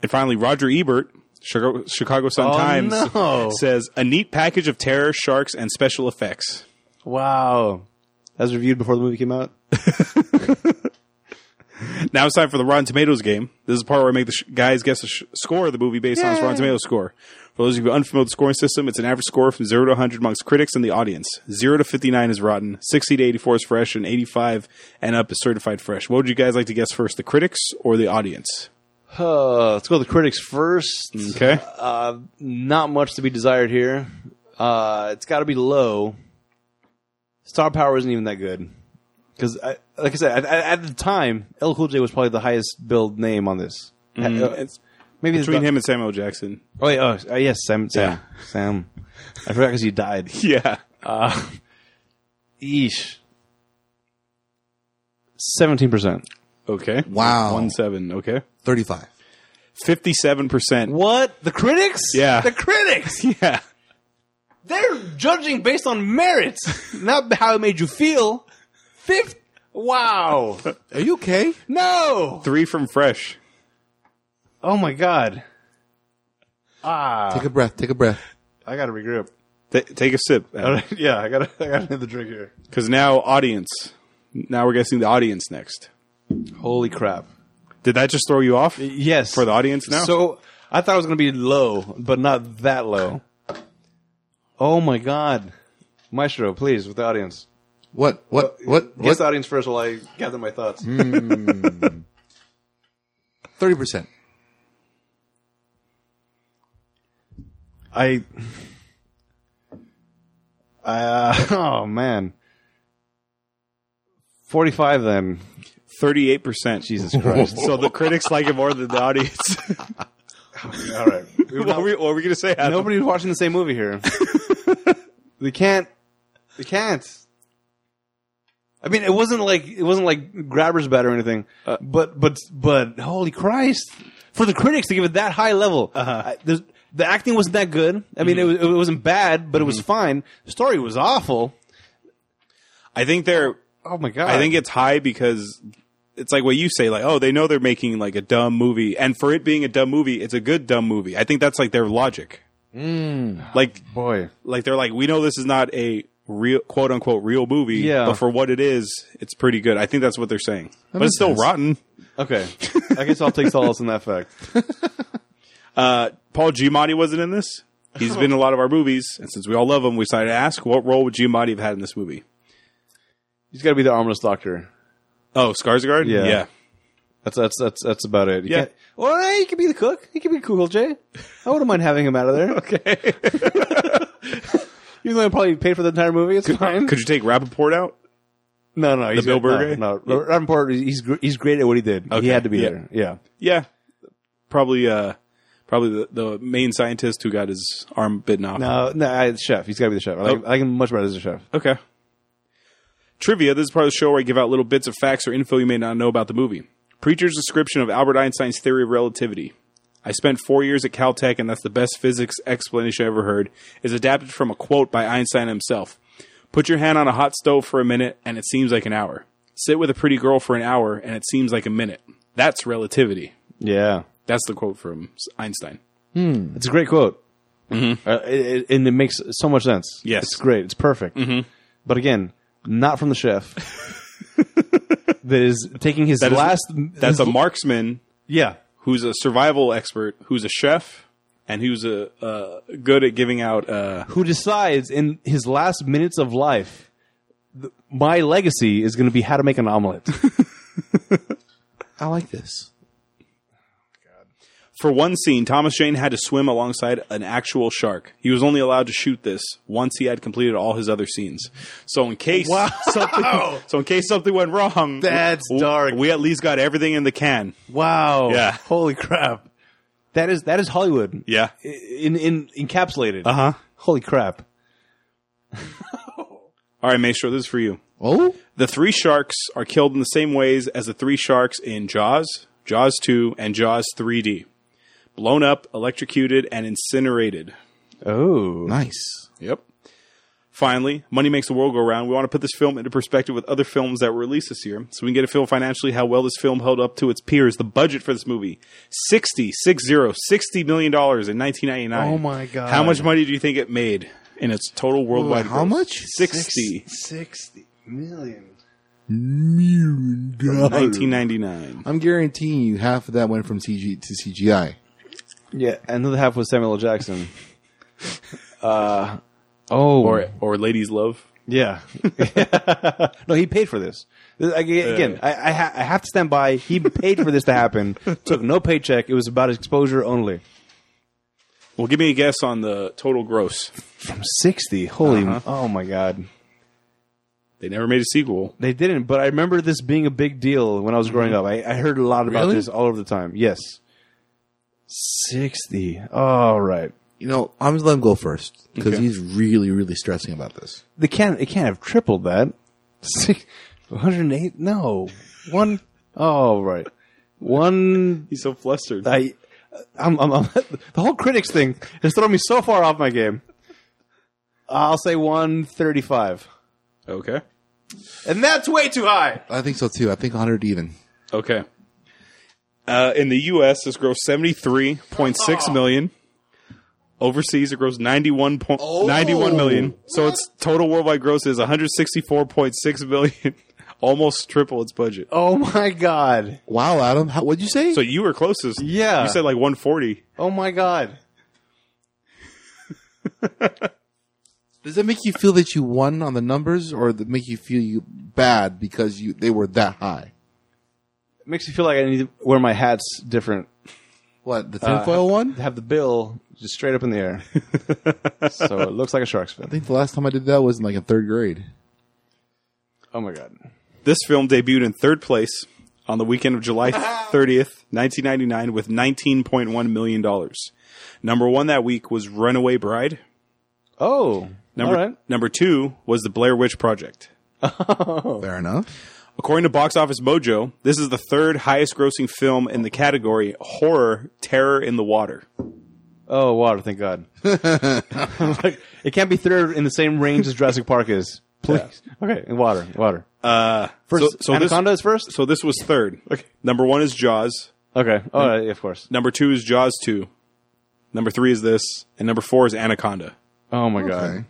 And finally, Roger Ebert, Chicago, Chicago Sun Oh, Times, no. says a neat package of terror, sharks, and special effects. Wow. That was reviewed before the movie came out. Now it's time for the Rotten Tomatoes game. This is the part where I make the sh- guys guess the sh- score of the movie based on its Rotten Tomatoes score. For those of you unfamiliar with the scoring system, it's an average score from 0 to 100 amongst critics and the audience. 0 to 59 is rotten, 60 to 84 is fresh, and 85 and up is certified fresh. What would you guys like to guess first, the critics or the audience? Uh, let's go with the critics first. Okay. Uh, not much to be desired here. Uh, it's got to be low. Star power isn't even that good. Because, I, like I said, at, at at the time, El Cool J was probably the highest billed name on this. Uh, it's- maybe it's Between about- him and Samuel Jackson. Oh, yeah, oh uh, yes, Sam. Sam. Yeah. Sam. I forgot because he died. Yeah. Yeesh. Seventeen percent. Okay. Wow. One seven. Okay. Thirty-five. Fifty-seven percent. What? The critics? Yeah. The critics. Yeah. They're judging based on merits, not how it made you feel. Fifth. Wow. Are you okay? No. Three from Fresh. Oh my god. Ah, Take a breath. Take a breath. I gotta regroup. Ta take a sip, yeah, I gotta, I gotta hit the drink here. because now audience. Now we're guessing the audience next. Holy crap! Did that just throw you off Yes, for the audience now? So I thought it was gonna be low, but not that low. Oh my god, Maestro, please with the audience. What? What? What? Guess What? the audience first while I gather my thoughts. Thirty percent. I. Uh, oh man. Forty-five then. thirty-eight percent. Jesus Christ. So the critics like it more than the audience. All right. what, were we, what were we gonna say? Adam? Nobody's watching the same movie here. they can't. They can't. I mean, it wasn't like it wasn't like grabbers bad or anything. Uh, but but but holy Christ! For the critics to give it that high level, Uh-huh. I- there's- the acting wasn't that good. I mean, Mm-hmm. it, was, it wasn't bad, but it was fine. The story was awful. I think they're. Oh my god! I think it's high because it's like what you say. Like, oh, they know they're making like a dumb movie, and for it being a dumb movie, it's a good dumb movie. I think that's like their logic. Like boy. like they're like we know this is not a real quote unquote real movie Yeah. but for what it is it's pretty good i think that's what they're saying but it's still rotten Okay, I guess I'll take solace in that fact. uh, paul giamatti wasn't in this he's been in a lot of our movies and since we all love him we decided to ask what role would giamatti have had in this movie He's got to be the armless doctor. oh Skarsgård? Yeah. yeah That's that's that's that's about it. You Yeah. can't- Well, eh, he could be the cook. He could be Cool Jay. I wouldn't mind having him out of there. okay. Even though I probably paid for the entire movie, it's fine. could you take rappaport out no, no, he's Bill no, Burr guy? No, no Rappaport, he's gr- he's great at what he did. Okay, He had to be yeah. there. Yeah. yeah probably uh probably the, the main scientist who got his arm bitten off No, no, I, chef. He's got to be the chef. I like, him, I like him much better as a chef. Okay. Trivia. This is part of the show where I give out little bits of facts or info you may not know about the movie. Preacher's description of Albert Einstein's theory of relativity. I spent four years at Caltech, and that's the best physics explanation I ever heard. Is adapted from a quote by Einstein himself. Put your hand on a hot stove for a minute, and it seems like an hour. Sit with a pretty girl for an hour, and it seems like a minute. That's relativity. Yeah. That's the quote from S- Einstein. It's a great quote. Uh, it, it- and it makes so much sense. Yes. It's great. It's perfect. But again, not from the chef. that is taking his is- last. That's his- a marksman Yeah. who's a survival expert, who's a chef, and who's a uh, good at giving out. Uh, who decides in his last minutes of life, th- my legacy is going to be how to make an omelet. I like this. For one scene, Thomas Jane had to swim alongside an actual shark. He was only allowed to shoot this once he had completed all his other scenes. So in case something, so in case something went wrong, That's we- dark. We at least got everything in the can. Wow. Yeah. Holy crap. That is that is Hollywood. Yeah. I- In in encapsulated. Uh huh. Holy crap. All right, Maestro, this is for you. Oh, The three sharks are killed in the same ways as the three sharks in Jaws, Jaws 2, and Jaws 3D. Blown up, electrocuted, and incinerated. Oh. nice. Yep. Finally, money makes the world go round. We want to put this film into perspective with other films that were released this year, so we can get a feel financially how well this film held up to its peers. The budget for this movie, 60, 60, 60 million dollars in 1999. Oh my God. How much money do you think it made in its total worldwide? how gross? much? 60, Sixty million. Million dollars. 1999. I'm guaranteeing you half of that went from CG to CGI. Yeah, and the other half was Samuel L. Jackson. uh oh Or or Ladies Love. yeah. no, he paid for this. This- I- Again, I I, ha- I have to stand by. He paid for this to happen. Took no paycheck. It was about exposure only. Well, give me a guess on the total gross. From sixty. Holy. Oh my god. They never made a sequel. They didn't, but I remember this being a big deal when I was growing up. I, I heard a lot about Really? this all over the time. Yes. 60. All right. You know, I'm just let him go first because Okay. he's really, really stressing about this. They can't, it can't have tripled that. Six, 108? No. One. All right. One. He's so flustered. I, I'm, I'm, I'm, the whole critics thing has thrown me so far off my game. I'll say 135. Okay. And that's way too high. I think so too. I think 100 even. Okay. Uh, in the U.S., this grows seventy three point six Oh. million. Overseas, it grows 91, point, Oh. 91 million. So its total worldwide gross is 164.6 million, almost triple its budget. Oh my God. Wow, Adam, how, what'd you say? So you were closest. Yeah. You said like 140. Oh my God. Does that make you feel that you won on the numbers, or that make you feel you bad because you they were that high? It makes me feel like I need to wear my hats different. What the tinfoil one? Have the bill just straight up in the air, so it looks like a shark's I fin. think the last time I did that was in like a third grade. Oh my god! This film debuted in third place on the weekend of July 30th, 1999, with $19.1 million. Number one that week was Runaway Bride. Oh, Number, all right. number two was The Blair Witch Project. Fair enough. According to Box Office Mojo, this is the third highest grossing film in the category Horror Terror in the Water. Oh, water! Thank God. Like, it can't be third in the same range as Jurassic Park is. Please, okay. And water, water. Uh, first, so- so this- Anaconda is first. So this was third. Okay. Number one is Jaws. Okay. All Mm. right. Of course. Number two is Jaws 2. Number three is this. And number four is Anaconda. Oh my god.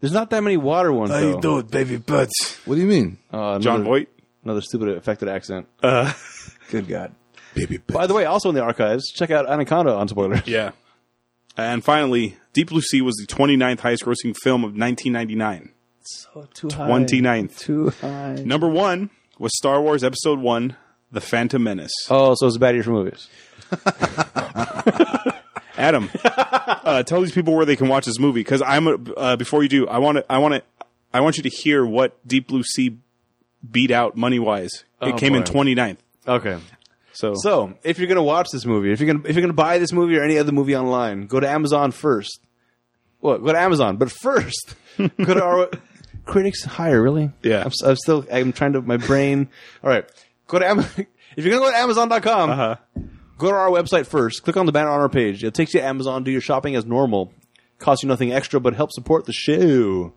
There's not that many water ones though. baby butt? What do you mean, Uh, John another, Voight. Another stupid affected accent. Good God. baby? By the way, also in the archives, check out Anaconda on spoilers. Yeah. And finally, Deep Blue Sea was the 29th highest grossing film of 1999. So too high. 29th. Too high. Number one was Star Wars Episode 1, The Phantom Menace. Oh, so it's a bad year for movies. Adam, uh, tell these people where they can watch this movie because I'm a, uh, before you do, I want to, I want to, I want you to hear what Deep Blue Sea beat out money wise. It Oh, came in boy. 29th. Okay. So, So, if you're gonna watch this movie, if you're gonna if you're gonna buy this movie or any other movie online, go to Amazon first. Well, go to Amazon, but first go to our critics higher. Really? Yeah. I'm, s am still. I'm trying to. My brain. All right. Go to Amazon. If you're gonna go to Amazon.com, go to our website first. Click on the banner on our page. It takes you to Amazon. Do your shopping as normal. Costs you nothing extra, but help support the show.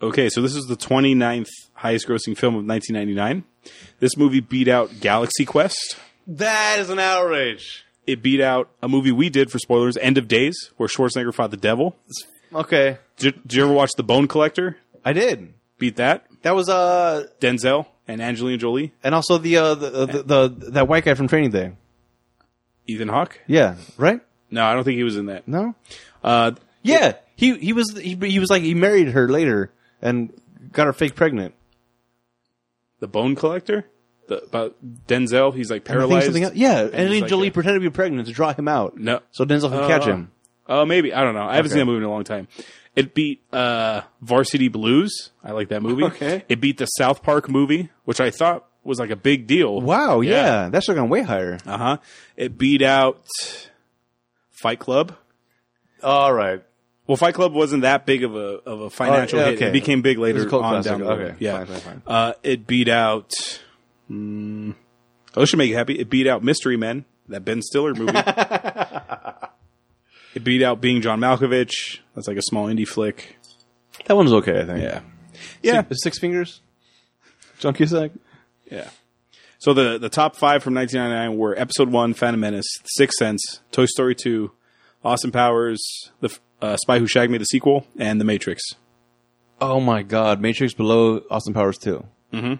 okay, so this is the 29th highest grossing film of 1999. This movie beat out Galaxy Quest. That is an outrage. It beat out a movie we did for spoilers, End of Days, where Schwarzenegger fought the devil. Okay, Did, did you ever watch The Bone Collector? I did. Beat that. That was uh, Denzel and Angelina Jolie, and also the uh, the, the, the that white guy from Training Day. Ethan Hawke. Yeah, right. No, I don't think he was in that. No. Uh, Yeah, he he was he, he was like he married her later and got her fake pregnant. the Bone Collector. the, about Denzel. He's like I think paralyzed. something else. Yeah, and he's Angelina like Jolie a- pretended to be pregnant to draw him out. No. so Denzel can Uh, catch him. Oh, maybe I don't know. I haven't seen Okay. that movie in a long time. It beat uh, Varsity Blues. I like that movie. Okay. It beat the South Park movie, which I thought was like a big deal. Wow, yeah, Yeah. that should have gone way higher. Uh huh. It beat out Fight Club. All right, Well, Fight Club wasn't that big of a of a financial Oh, yeah, hit. okay. It became big It later was a cult on classic. down the road. Okay, yeah. fine, fine, fine. Uh, it beat out. mm, oh, this should make you happy. It beat out Mystery Men, that Ben Stiller movie. it beat out Being John Malkovich. That's like a small indie flick. that one's okay. I think. Yeah, yeah. Six, Six Fingers, John Cusack. yeah. So the the top five from 1999 were Episode One, Phantom Menace, Sixth Sense, Toy Story Two, Austin Powers, The F- uh, Spy Who Shagged Me, the sequel, and The Matrix. Oh my God, Matrix below Austin Powers two. Mm-hmm.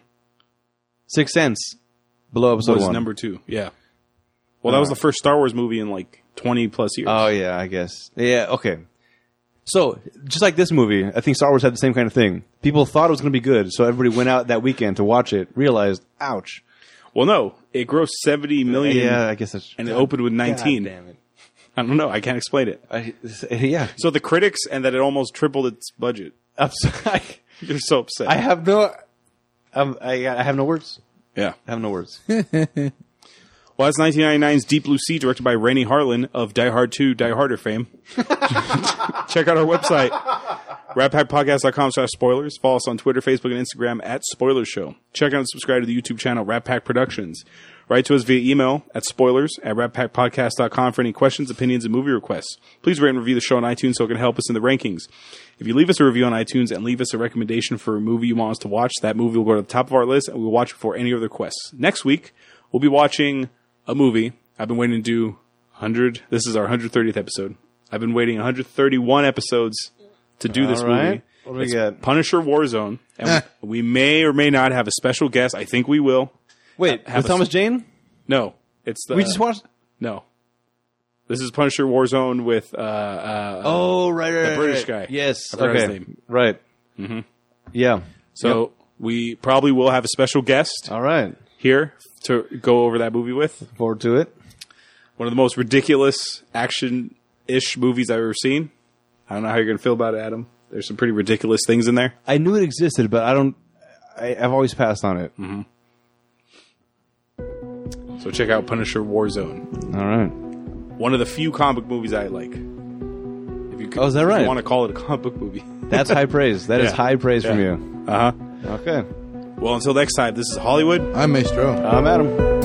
Six Sense below episode was one. number two. Yeah. Well, that was the first Star Wars movie in like twenty plus years. Oh yeah, I guess. Yeah, okay. So just like this movie, I think Star Wars had the same kind of thing. People thought it was going to be good, so everybody went out that weekend to watch it. Realized, ouch. well, no, it grossed seventy million. Yeah, I guess that's and it opened with nineteen. God damn it. I don't know. I can't explain it. I, yeah, So the critics and that it almost tripled its budget. I'm sorry. They're so upset. I have no. Um, I, I have no words. yeah. I have no words. Well, that's 1999's Deep Blue Sea, directed by Rainey Harlan of Die Hard 2, Die Harder fame. Check out our website, ratpackpodcast.com slash spoilers. Follow us on Twitter, Facebook, and Instagram at Spoiler Show. Check out and subscribe to the YouTube channel, Rat Pack Productions. Write to us via email at spoilers at ratpackpodcast.com for any questions, opinions, and movie requests. Please rate and review the show on iTunes so it can help us in the rankings. If you leave us a review on iTunes and leave us a recommendation for a movie you want us to watch, that movie will go to the top of our list and we'll watch it before any other requests. Next week, we'll be watching a movie. I've been waiting to do 100. This is our 130th episode. I've been waiting 131 episodes to do this All right. movie. What do we It's got? Punisher Warzone. Eh. And we may or may not have a special guest. I think we will. Wait, Have with a- Thomas Jane? No, it's the We just watched. no. This is Punisher Warzone with uh, uh, Oh right, right, the British guy. Yes. I forgot his Okay. name. Right. Mm-hmm. Yeah. so we probably will have a special guest All right. here to go over that movie with Forward to it. one of the most ridiculous action ish movies I've ever seen. I don't know how you're gonna feel about it, Adam. There's some pretty ridiculous things in there. I knew it existed, but I don't. I, I've always passed on it. So check out Punisher Warzone. All right. One of the few comic movies I like. If you c- Oh, is that if you right? want to call it a comic book movie. That's high praise. That is Yeah. high praise from Yeah. you. Uh huh. Okay. Well, until next time, this is Hollywood. I'm Maestro. I'm Um, Adam.